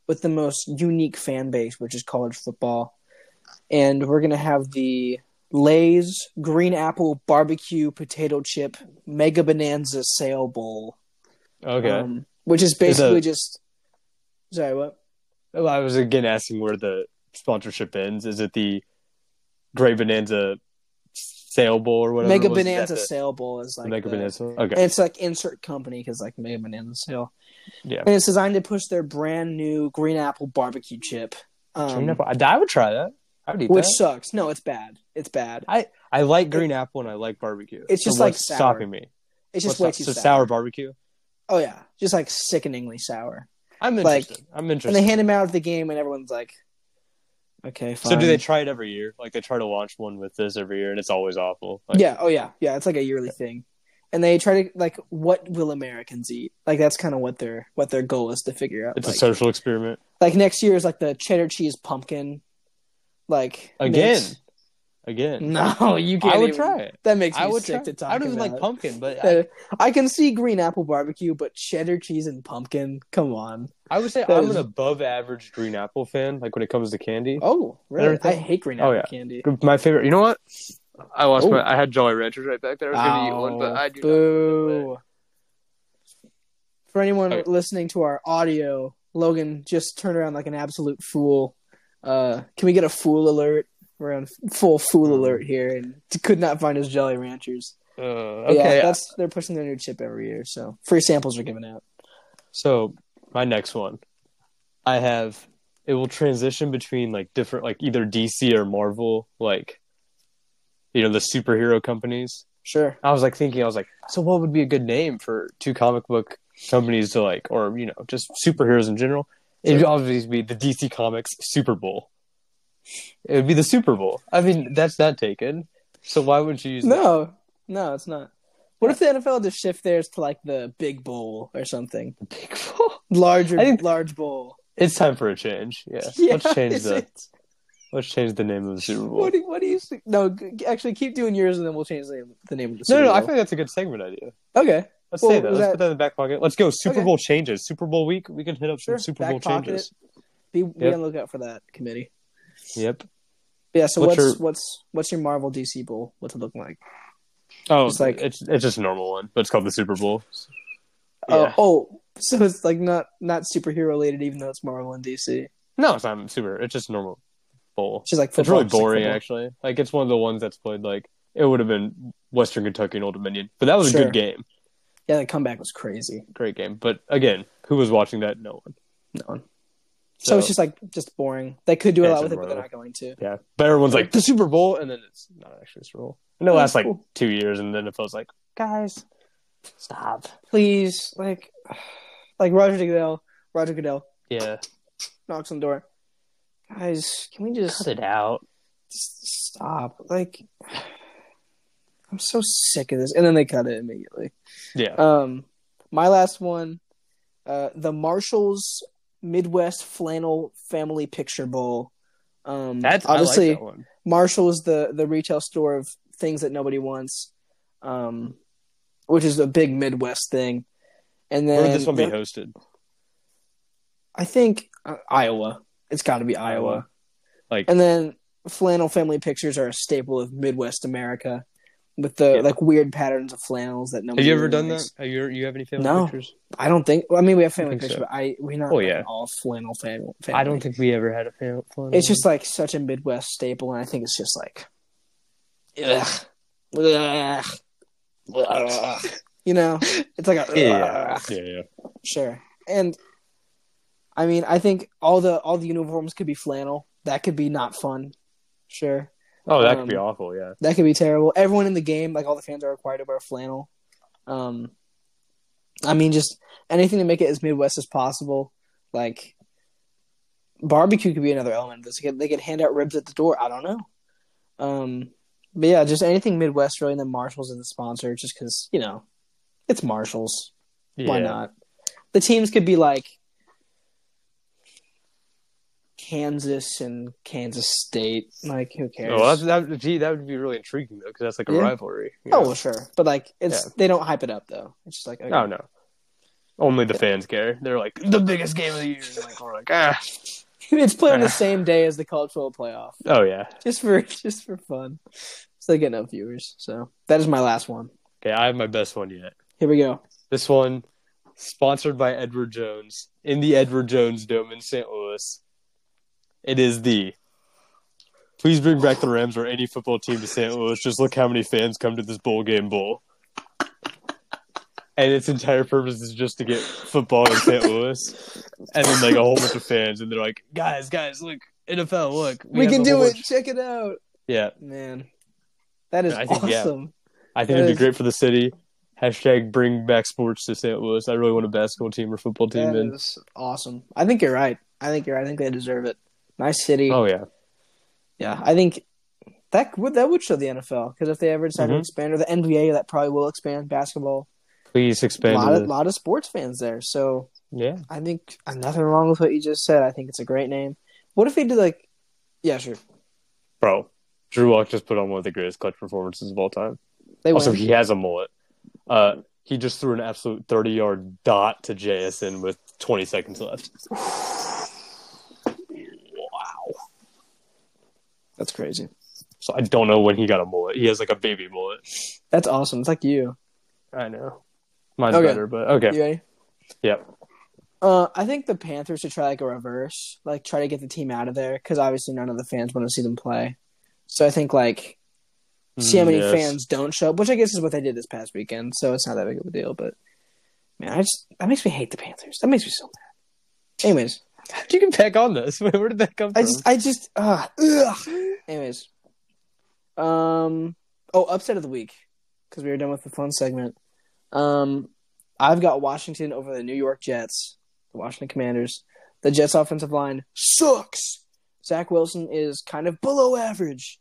A: with the most unique fan base, which is college football, and we're gonna have the Lay's Green Apple Barbecue Potato Chip Mega Bonanza Sale Bowl,
B: okay.
A: um, which is
B: Is that-
A: basically just. Sorry, what?
B: Well, I was again asking where the sponsorship ends. Is it the Great Bonanza Sale Bowl or whatever?
A: Mega
B: it was? Is that
A: Bonanza
B: the-
A: Sale Bowl is
B: the
A: like
B: Mega
A: the-
B: Bonanza. Okay.
A: And it's like insert company because like Mega Man in the sale.
B: Yeah.
A: And it's designed to push their brand new green apple barbecue chip. Um,
B: green apple. I, I would try that. I would eat
A: which
B: that.
A: sucks. No, it's bad. It's bad.
B: I like green apple and I like barbecue.
A: It's just
B: so
A: like
B: what's
A: sour.
B: stopping me.
A: It's just
B: What's
A: way
B: stop-
A: too
B: so
A: sour.
B: sour barbecue.
A: Oh yeah, just like sickeningly sour.
B: I'm
A: Like-
B: interested. I'm interested.
A: And they hand them out at the game, and everyone's like, "Okay, fine."
B: So do they try it every year? Like they try to launch one with this every year, and it's always awful. Like,
A: yeah. Oh yeah. Yeah. It's like a yearly thing. And they try to like, what will Americans eat? Like that's kind of what their what their goal is to figure out.
B: it's
A: like,
B: a social experiment
A: like next year is like the cheddar cheese pumpkin, like
B: again.
A: mix. *laughs*
B: Again,
A: No, you can't.
B: I would
A: even-
B: try it.
A: That makes me
B: I would
A: sick
B: try.
A: to talk
B: I don't even
A: about.
B: like pumpkin, but I,
A: Uh, I can see green apple barbecue, but cheddar cheese and pumpkin. Come on.
B: I would say
A: that
B: I'm
A: is-
B: an above average green apple fan. Like when it comes to candy,
A: Oh, really?
B: Everything?
A: I hate green apple
B: Oh, yeah.
A: candy.
B: my favorite. You know what? I lost
A: Oh.
B: my. I had Jolly Ranchers right back there. I was gonna eat one, but I do. Not.
A: boo. For anyone
B: Okay.
A: listening to our audio, Logan just turned around like an absolute fool. Uh, can we get a fool alert? We're on full fool alert here, and could not find his Jolly Ranchers.
B: Uh,
A: But
B: okay.
A: yeah, that's they're pushing their new chip every year, so free samples are given out.
B: So my next one, I have. It will transition between like different, like either DC or Marvel, like you know the superhero companies.
A: Sure.
B: I was like thinking, I was like, so what would be a good name for two comic book companies to like, or you know, just superheroes in general? It would obviously be the DC Comics Super Bowl. It would be the Super Bowl. I mean, that's not taken. So why wouldn't you use that?
A: No, no, it's not. What if the NFL just shift theirs to like the big bowl or something?
B: Big Bowl?
A: Larger,
B: I think-
A: large bowl.
B: It's time for a change. Yeah,
A: *laughs* Yeah,
B: let's change
A: is
B: the
A: it?
B: let's change the name of the Super Bowl.
A: What do, what do you think? No, g- actually, keep doing yours and then we'll change the, the name of the
B: no,
A: Super
B: no, I
A: Bowl.
B: think that's a good segment idea.
A: Okay.
B: Let's
A: Well,
B: say that.
A: was
B: Let's
A: that-
B: put that in the back pocket. Let's go. Super
A: Okay.
B: Bowl changes. Super Bowl week. We can hit up some
A: Sure,
B: Super
A: back
B: Bowl
A: pocket
B: changes.
A: Be, be
B: Yep.
A: on the lookout for that committee.
B: Yep.
A: Yeah. So
B: What's
A: what's
B: your-
A: what's what's your Marvel DC bowl? What's it looking like?
B: Oh,
A: Just
B: it's
A: like-
B: like it's it's just a normal one, but it's called the Super Bowl.
A: Uh,
B: Yeah.
A: oh, so it's like not not superhero related, even though it's Marvel and DC.
B: No, it's not super. It's just normal bowl.
A: She's like
B: It's
A: football.
B: really
A: just like
B: boring,
A: football.
B: actually. Like it's one of the ones that's played. Like it would have been Western Kentucky and Old Dominion, but that was a
A: Sure.
B: good game,
A: Yeah, the comeback was crazy.
B: great game. But again, who was watching that? No one.
A: No one. So, it's just like just boring. They could do a
B: Yeah,
A: lot
B: it's
A: with it, but
B: boring.
A: they're not going to.
B: yeah. But everyone's like the Super Bowl, and then it's not actually Super Bowl. And it
A: Yeah,
B: lasts like
A: cool.
B: two years, and then it feels like guys, stop.
A: Please, like, *sighs* like Roger Goodell. Roger Goodell
B: Yeah,
A: knocks on the door. Guys, can we
B: cut
A: just,
B: it out.
A: just stop? Like, *sighs* I'm so sick of this. And then they cut it immediately.
B: Yeah.
A: Um, my last one, uh, the Marshalls Midwest Flannel Family Picture Bowl. Um,
B: That's
A: obviously.
B: I like that one.
A: Marshall is the the retail store of things that nobody wants, um, which is a big Midwest thing. And then
B: Where would this one be
A: the-
B: hosted?
A: I think uh, Iowa. It's got to be Iowa.
B: Iowa. Like
A: And then flannel family pictures are a staple of Midwest America, with the
B: Yeah.
A: like weird patterns of flannels that nobody.
B: Have you ever
A: really
B: done
A: likes.
B: that? Have you you have any family
A: No.
B: pictures?
A: I don't think. Well, I mean, we have family
B: think
A: pictures,
B: so.
A: but I we're not.
B: Oh,
A: like,
B: yeah.
A: all flannel family.
B: I don't think we ever had a flannel.
A: It's just like such a Midwest staple, and I think it's just like, ugh, ugh, *laughs* ugh. you know, it's like a
B: yeah,
A: ugh.
B: yeah, yeah.
A: sure. And I mean, I think all the all the uniforms could be flannel. That could be not fun. Sure,
B: Oh, that could be
A: Um,
B: awful. Yeah,
A: that could be terrible. Everyone in the game, like all the fans, are required to wear flannel. Um, I mean, just anything to make it as Midwest as possible. Like barbecue could be another element of this. They could, they could hand out ribs at the door. I don't know. Um, but yeah, just anything Midwest really. And then Marshalls is the sponsor, just because you know it's Marshalls.
B: yeah.
A: Why not? The teams could be like Kansas and Kansas State. Like who cares?
B: Oh, that's, that, would- gee, that would be really intriguing though, because that's like a
A: Yeah.
B: rivalry. you
A: Oh
B: know?
A: well, sure, but like it's
B: Yeah.
A: they don't hype it up though. It's just like okay.
B: oh no, only the fans care. They're like the biggest game of the year. and, like we're
A: *laughs*
B: like ah.
A: *laughs* it's played
B: *laughs*
A: on the same day as the college football playoff,
B: Oh yeah.
A: just for *laughs* just for fun. So they get no viewers. So that is my last one.
B: Okay, I have my best one yet.
A: Here we go.
B: This one, sponsored by Edward Jones in the Edward Jones Dome in St. Louis. It is the. Please bring back the Rams or any football team to St. Louis. Just look how many fans come to this bowl game bowl. And its entire purpose is just to get football in St. Louis, and then like a whole bunch of fans, and they're like, "Guys, guys, look, NFL, look,
A: We,
B: have
A: can
B: a
A: do
B: whole
A: it.
B: bunch-"
A: Check it out,
B: Yeah,
A: man. That is
B: I think, yeah.
A: awesome.
B: I think
A: That
B: it'd be
A: is-
B: great for the city. Hashtag bring back sports to St. Louis. I really want a basketball team or football team.
A: That
B: in.
A: is awesome. I think you're right. I think you're. right. I think they deserve it. Nice city.
B: Oh yeah,
A: Yeah, I think that would that would show the NFL because if they ever decide to
B: Mhm.
A: expand or the NBA, that probably will expand basketball.
B: please
A: A
B: expand.
A: lot
B: to
A: of,
B: the-
A: lot of sports fans there, so
B: Yeah,
A: I think uh, nothing wrong with what you just said. I think it's a great name. What if we did like, yeah, sure,
B: bro. Drew Lock just put on one of the greatest clutch performances of all time.
A: they
B: also,
A: win.
B: he has a mullet. Uh, he just threw an absolute thirty-yard dot to JSN with twenty seconds left.
A: That's crazy.
B: So I don't know when he got a mullet. He has like a baby mullet.
A: That's awesome. It's like you.
B: I know. Mine's
A: Okay.
B: better, but okay.
A: You ready?
B: Yep.
A: Uh, I think the Panthers should try like a reverse, like try to get the team out of there because obviously none of the fans want to see them play. So I think like see how
B: Mm,
A: many
B: yes.
A: fans don't show up, which I guess is what they did this past weekend. So it's not that big of a deal. But man, I just that makes me hate the Panthers. That makes me so mad. Anyways,
B: You can pack on this. *laughs* Where did that come from?
A: I just, I just, uh, ugh. Anyways, um, oh, upset of the week because we were done with the fun segment. Um, I've got Washington over the New York Jets, the Washington Commanders. The Jets' offensive line sucks. Zach Wilson is kind of below average.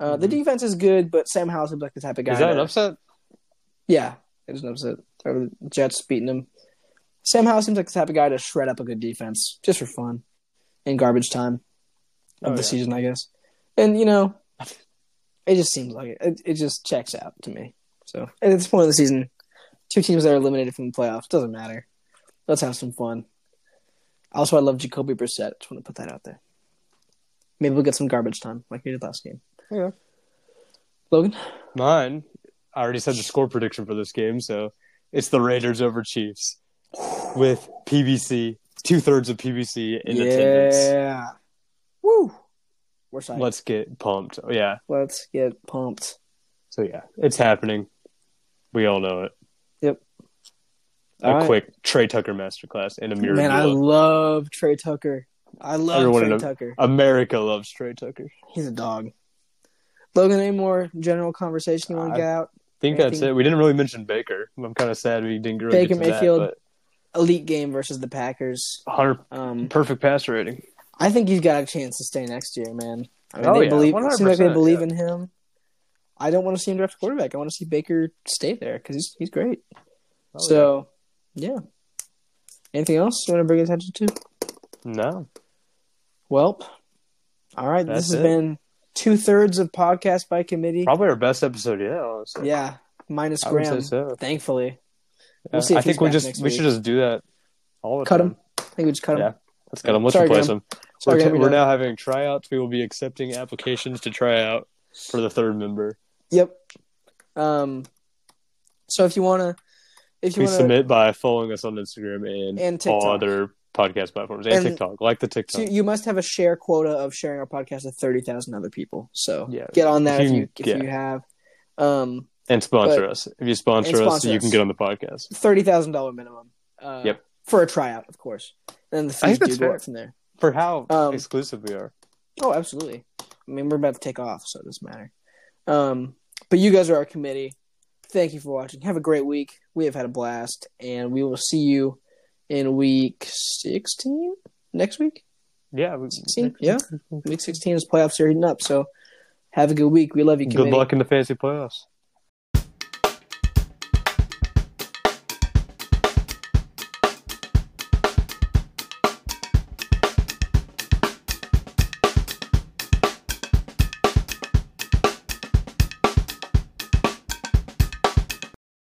A: Uh, The
B: Mhm.
A: defense is good, but Sam Howell seems like the type of guy.
B: is that an
A: that-
B: upset?
A: yeah, it is an upset. Or the Jets beating them. Sam Howell seems like the type of guy to shred up a good defense just for fun in garbage time of
B: Oh,
A: the
B: yeah.
A: season, I guess. And you know, it just seems like it. It, it just checks out to me. So at this point of the season, Two teams that are eliminated from the playoffs. Doesn't matter. Let's have some fun. Also, I love Jacoby Brissett. Just want to put that out there. Maybe we'll get some garbage time like we did last game.
B: Yeah.
A: Logan?
B: Mine. I already said the score prediction for this game, so it's the Raiders over Chiefs with PBC, two thirds of PBC in attendance.
A: yeah. Woo! We're psyched. Let's,
B: Let's get pumped. Oh, Yeah.
A: get pumped.
B: So yeah, it's happening. We all know it.
A: Yep.
B: A
A: All right.
B: quick Trey Tucker masterclass and a mirror.
A: Man, I
B: duel.
A: love Trey Tucker. I love
B: Everyone
A: Trey
B: in a-
A: Tucker.
B: America loves Trey Tucker.
A: He's a dog. Logan, any more general conversation you want
B: I-
A: to get out?
B: I think that's
A: Anything-
B: it. We didn't really mention Baker. I'm kind of sad we didn't really
A: Baker
B: get to
A: Mayfield.
B: that.
A: Elite game versus the Packers.
B: But 100
A: Um,
B: perfect passer rating.
A: I think he's got a chance to stay next year, man. I mean,
B: Oh,
A: they
B: yeah,
A: believe, it seems like they
B: 100%,
A: believe
B: yeah.
A: in him. I don't want to see him draft a quarterback. I want to see Baker stay there because he's he's great.
B: Oh,
A: so, yeah. Anything else you want to bring attention to?
B: yeah. no,
A: Welp. All right,
B: That's
A: this has
B: it.
A: been two thirds of podcast by committee.
B: probably our best episode yet. Honestly,
A: Yeah, minus
B: I would say
A: Graham.
B: so.
A: Thankfully,
B: Yeah.
A: We'll see if
B: Um, I think
A: he's
B: we
A: back
B: just
A: next
B: we should just do that. All the
A: cut
B: time.
A: him. I think we just cut him.
B: Yeah. Let's get them. Let's
A: Sorry,
B: replace
A: Graham.
B: them. We're,
A: Sorry, Graham, we
B: we're
A: don't-
B: now having tryouts. We will be accepting applications to try out for the third member.
A: Yep. Um. So if you wanna, if you
B: Please
A: wanna,
B: submit by following us on Instagram and,
A: And
B: all
A: TikTok.
B: other podcast platforms and,
A: And-
B: TikTok, like the
A: so
B: TikTok.
A: you must have a share quota of sharing our podcast to thirty thousand other people. So
B: Yeah.
A: get on that
B: If
A: if
B: you-
A: you if
B: yeah.
A: you have. Um,
B: and sponsor
A: but-
B: us. If you sponsor,
A: and
B: us,
A: sponsor
B: you can
A: us.
B: get on the podcast.
A: thirty thousand dollar minimum. Uh,
B: Yep.
A: For a tryout, of course. And the
B: I
A: fees do
B: think
A: go
B: that's fair.
A: up from there.
B: For how
A: Um,
B: exclusive we are.
A: Oh, absolutely. I mean, we're about to take off, so it doesn't matter. Um, but you guys are our committee. Thank you for watching. Have a great week. We have had a blast, and we will see you in week 16 next week.
B: Yeah. we-
A: 16? Yeah. Week 16 is playoffs are heating up, so have a good week. We love you,
B: Good
A: committee.
B: luck in the fantasy playoffs.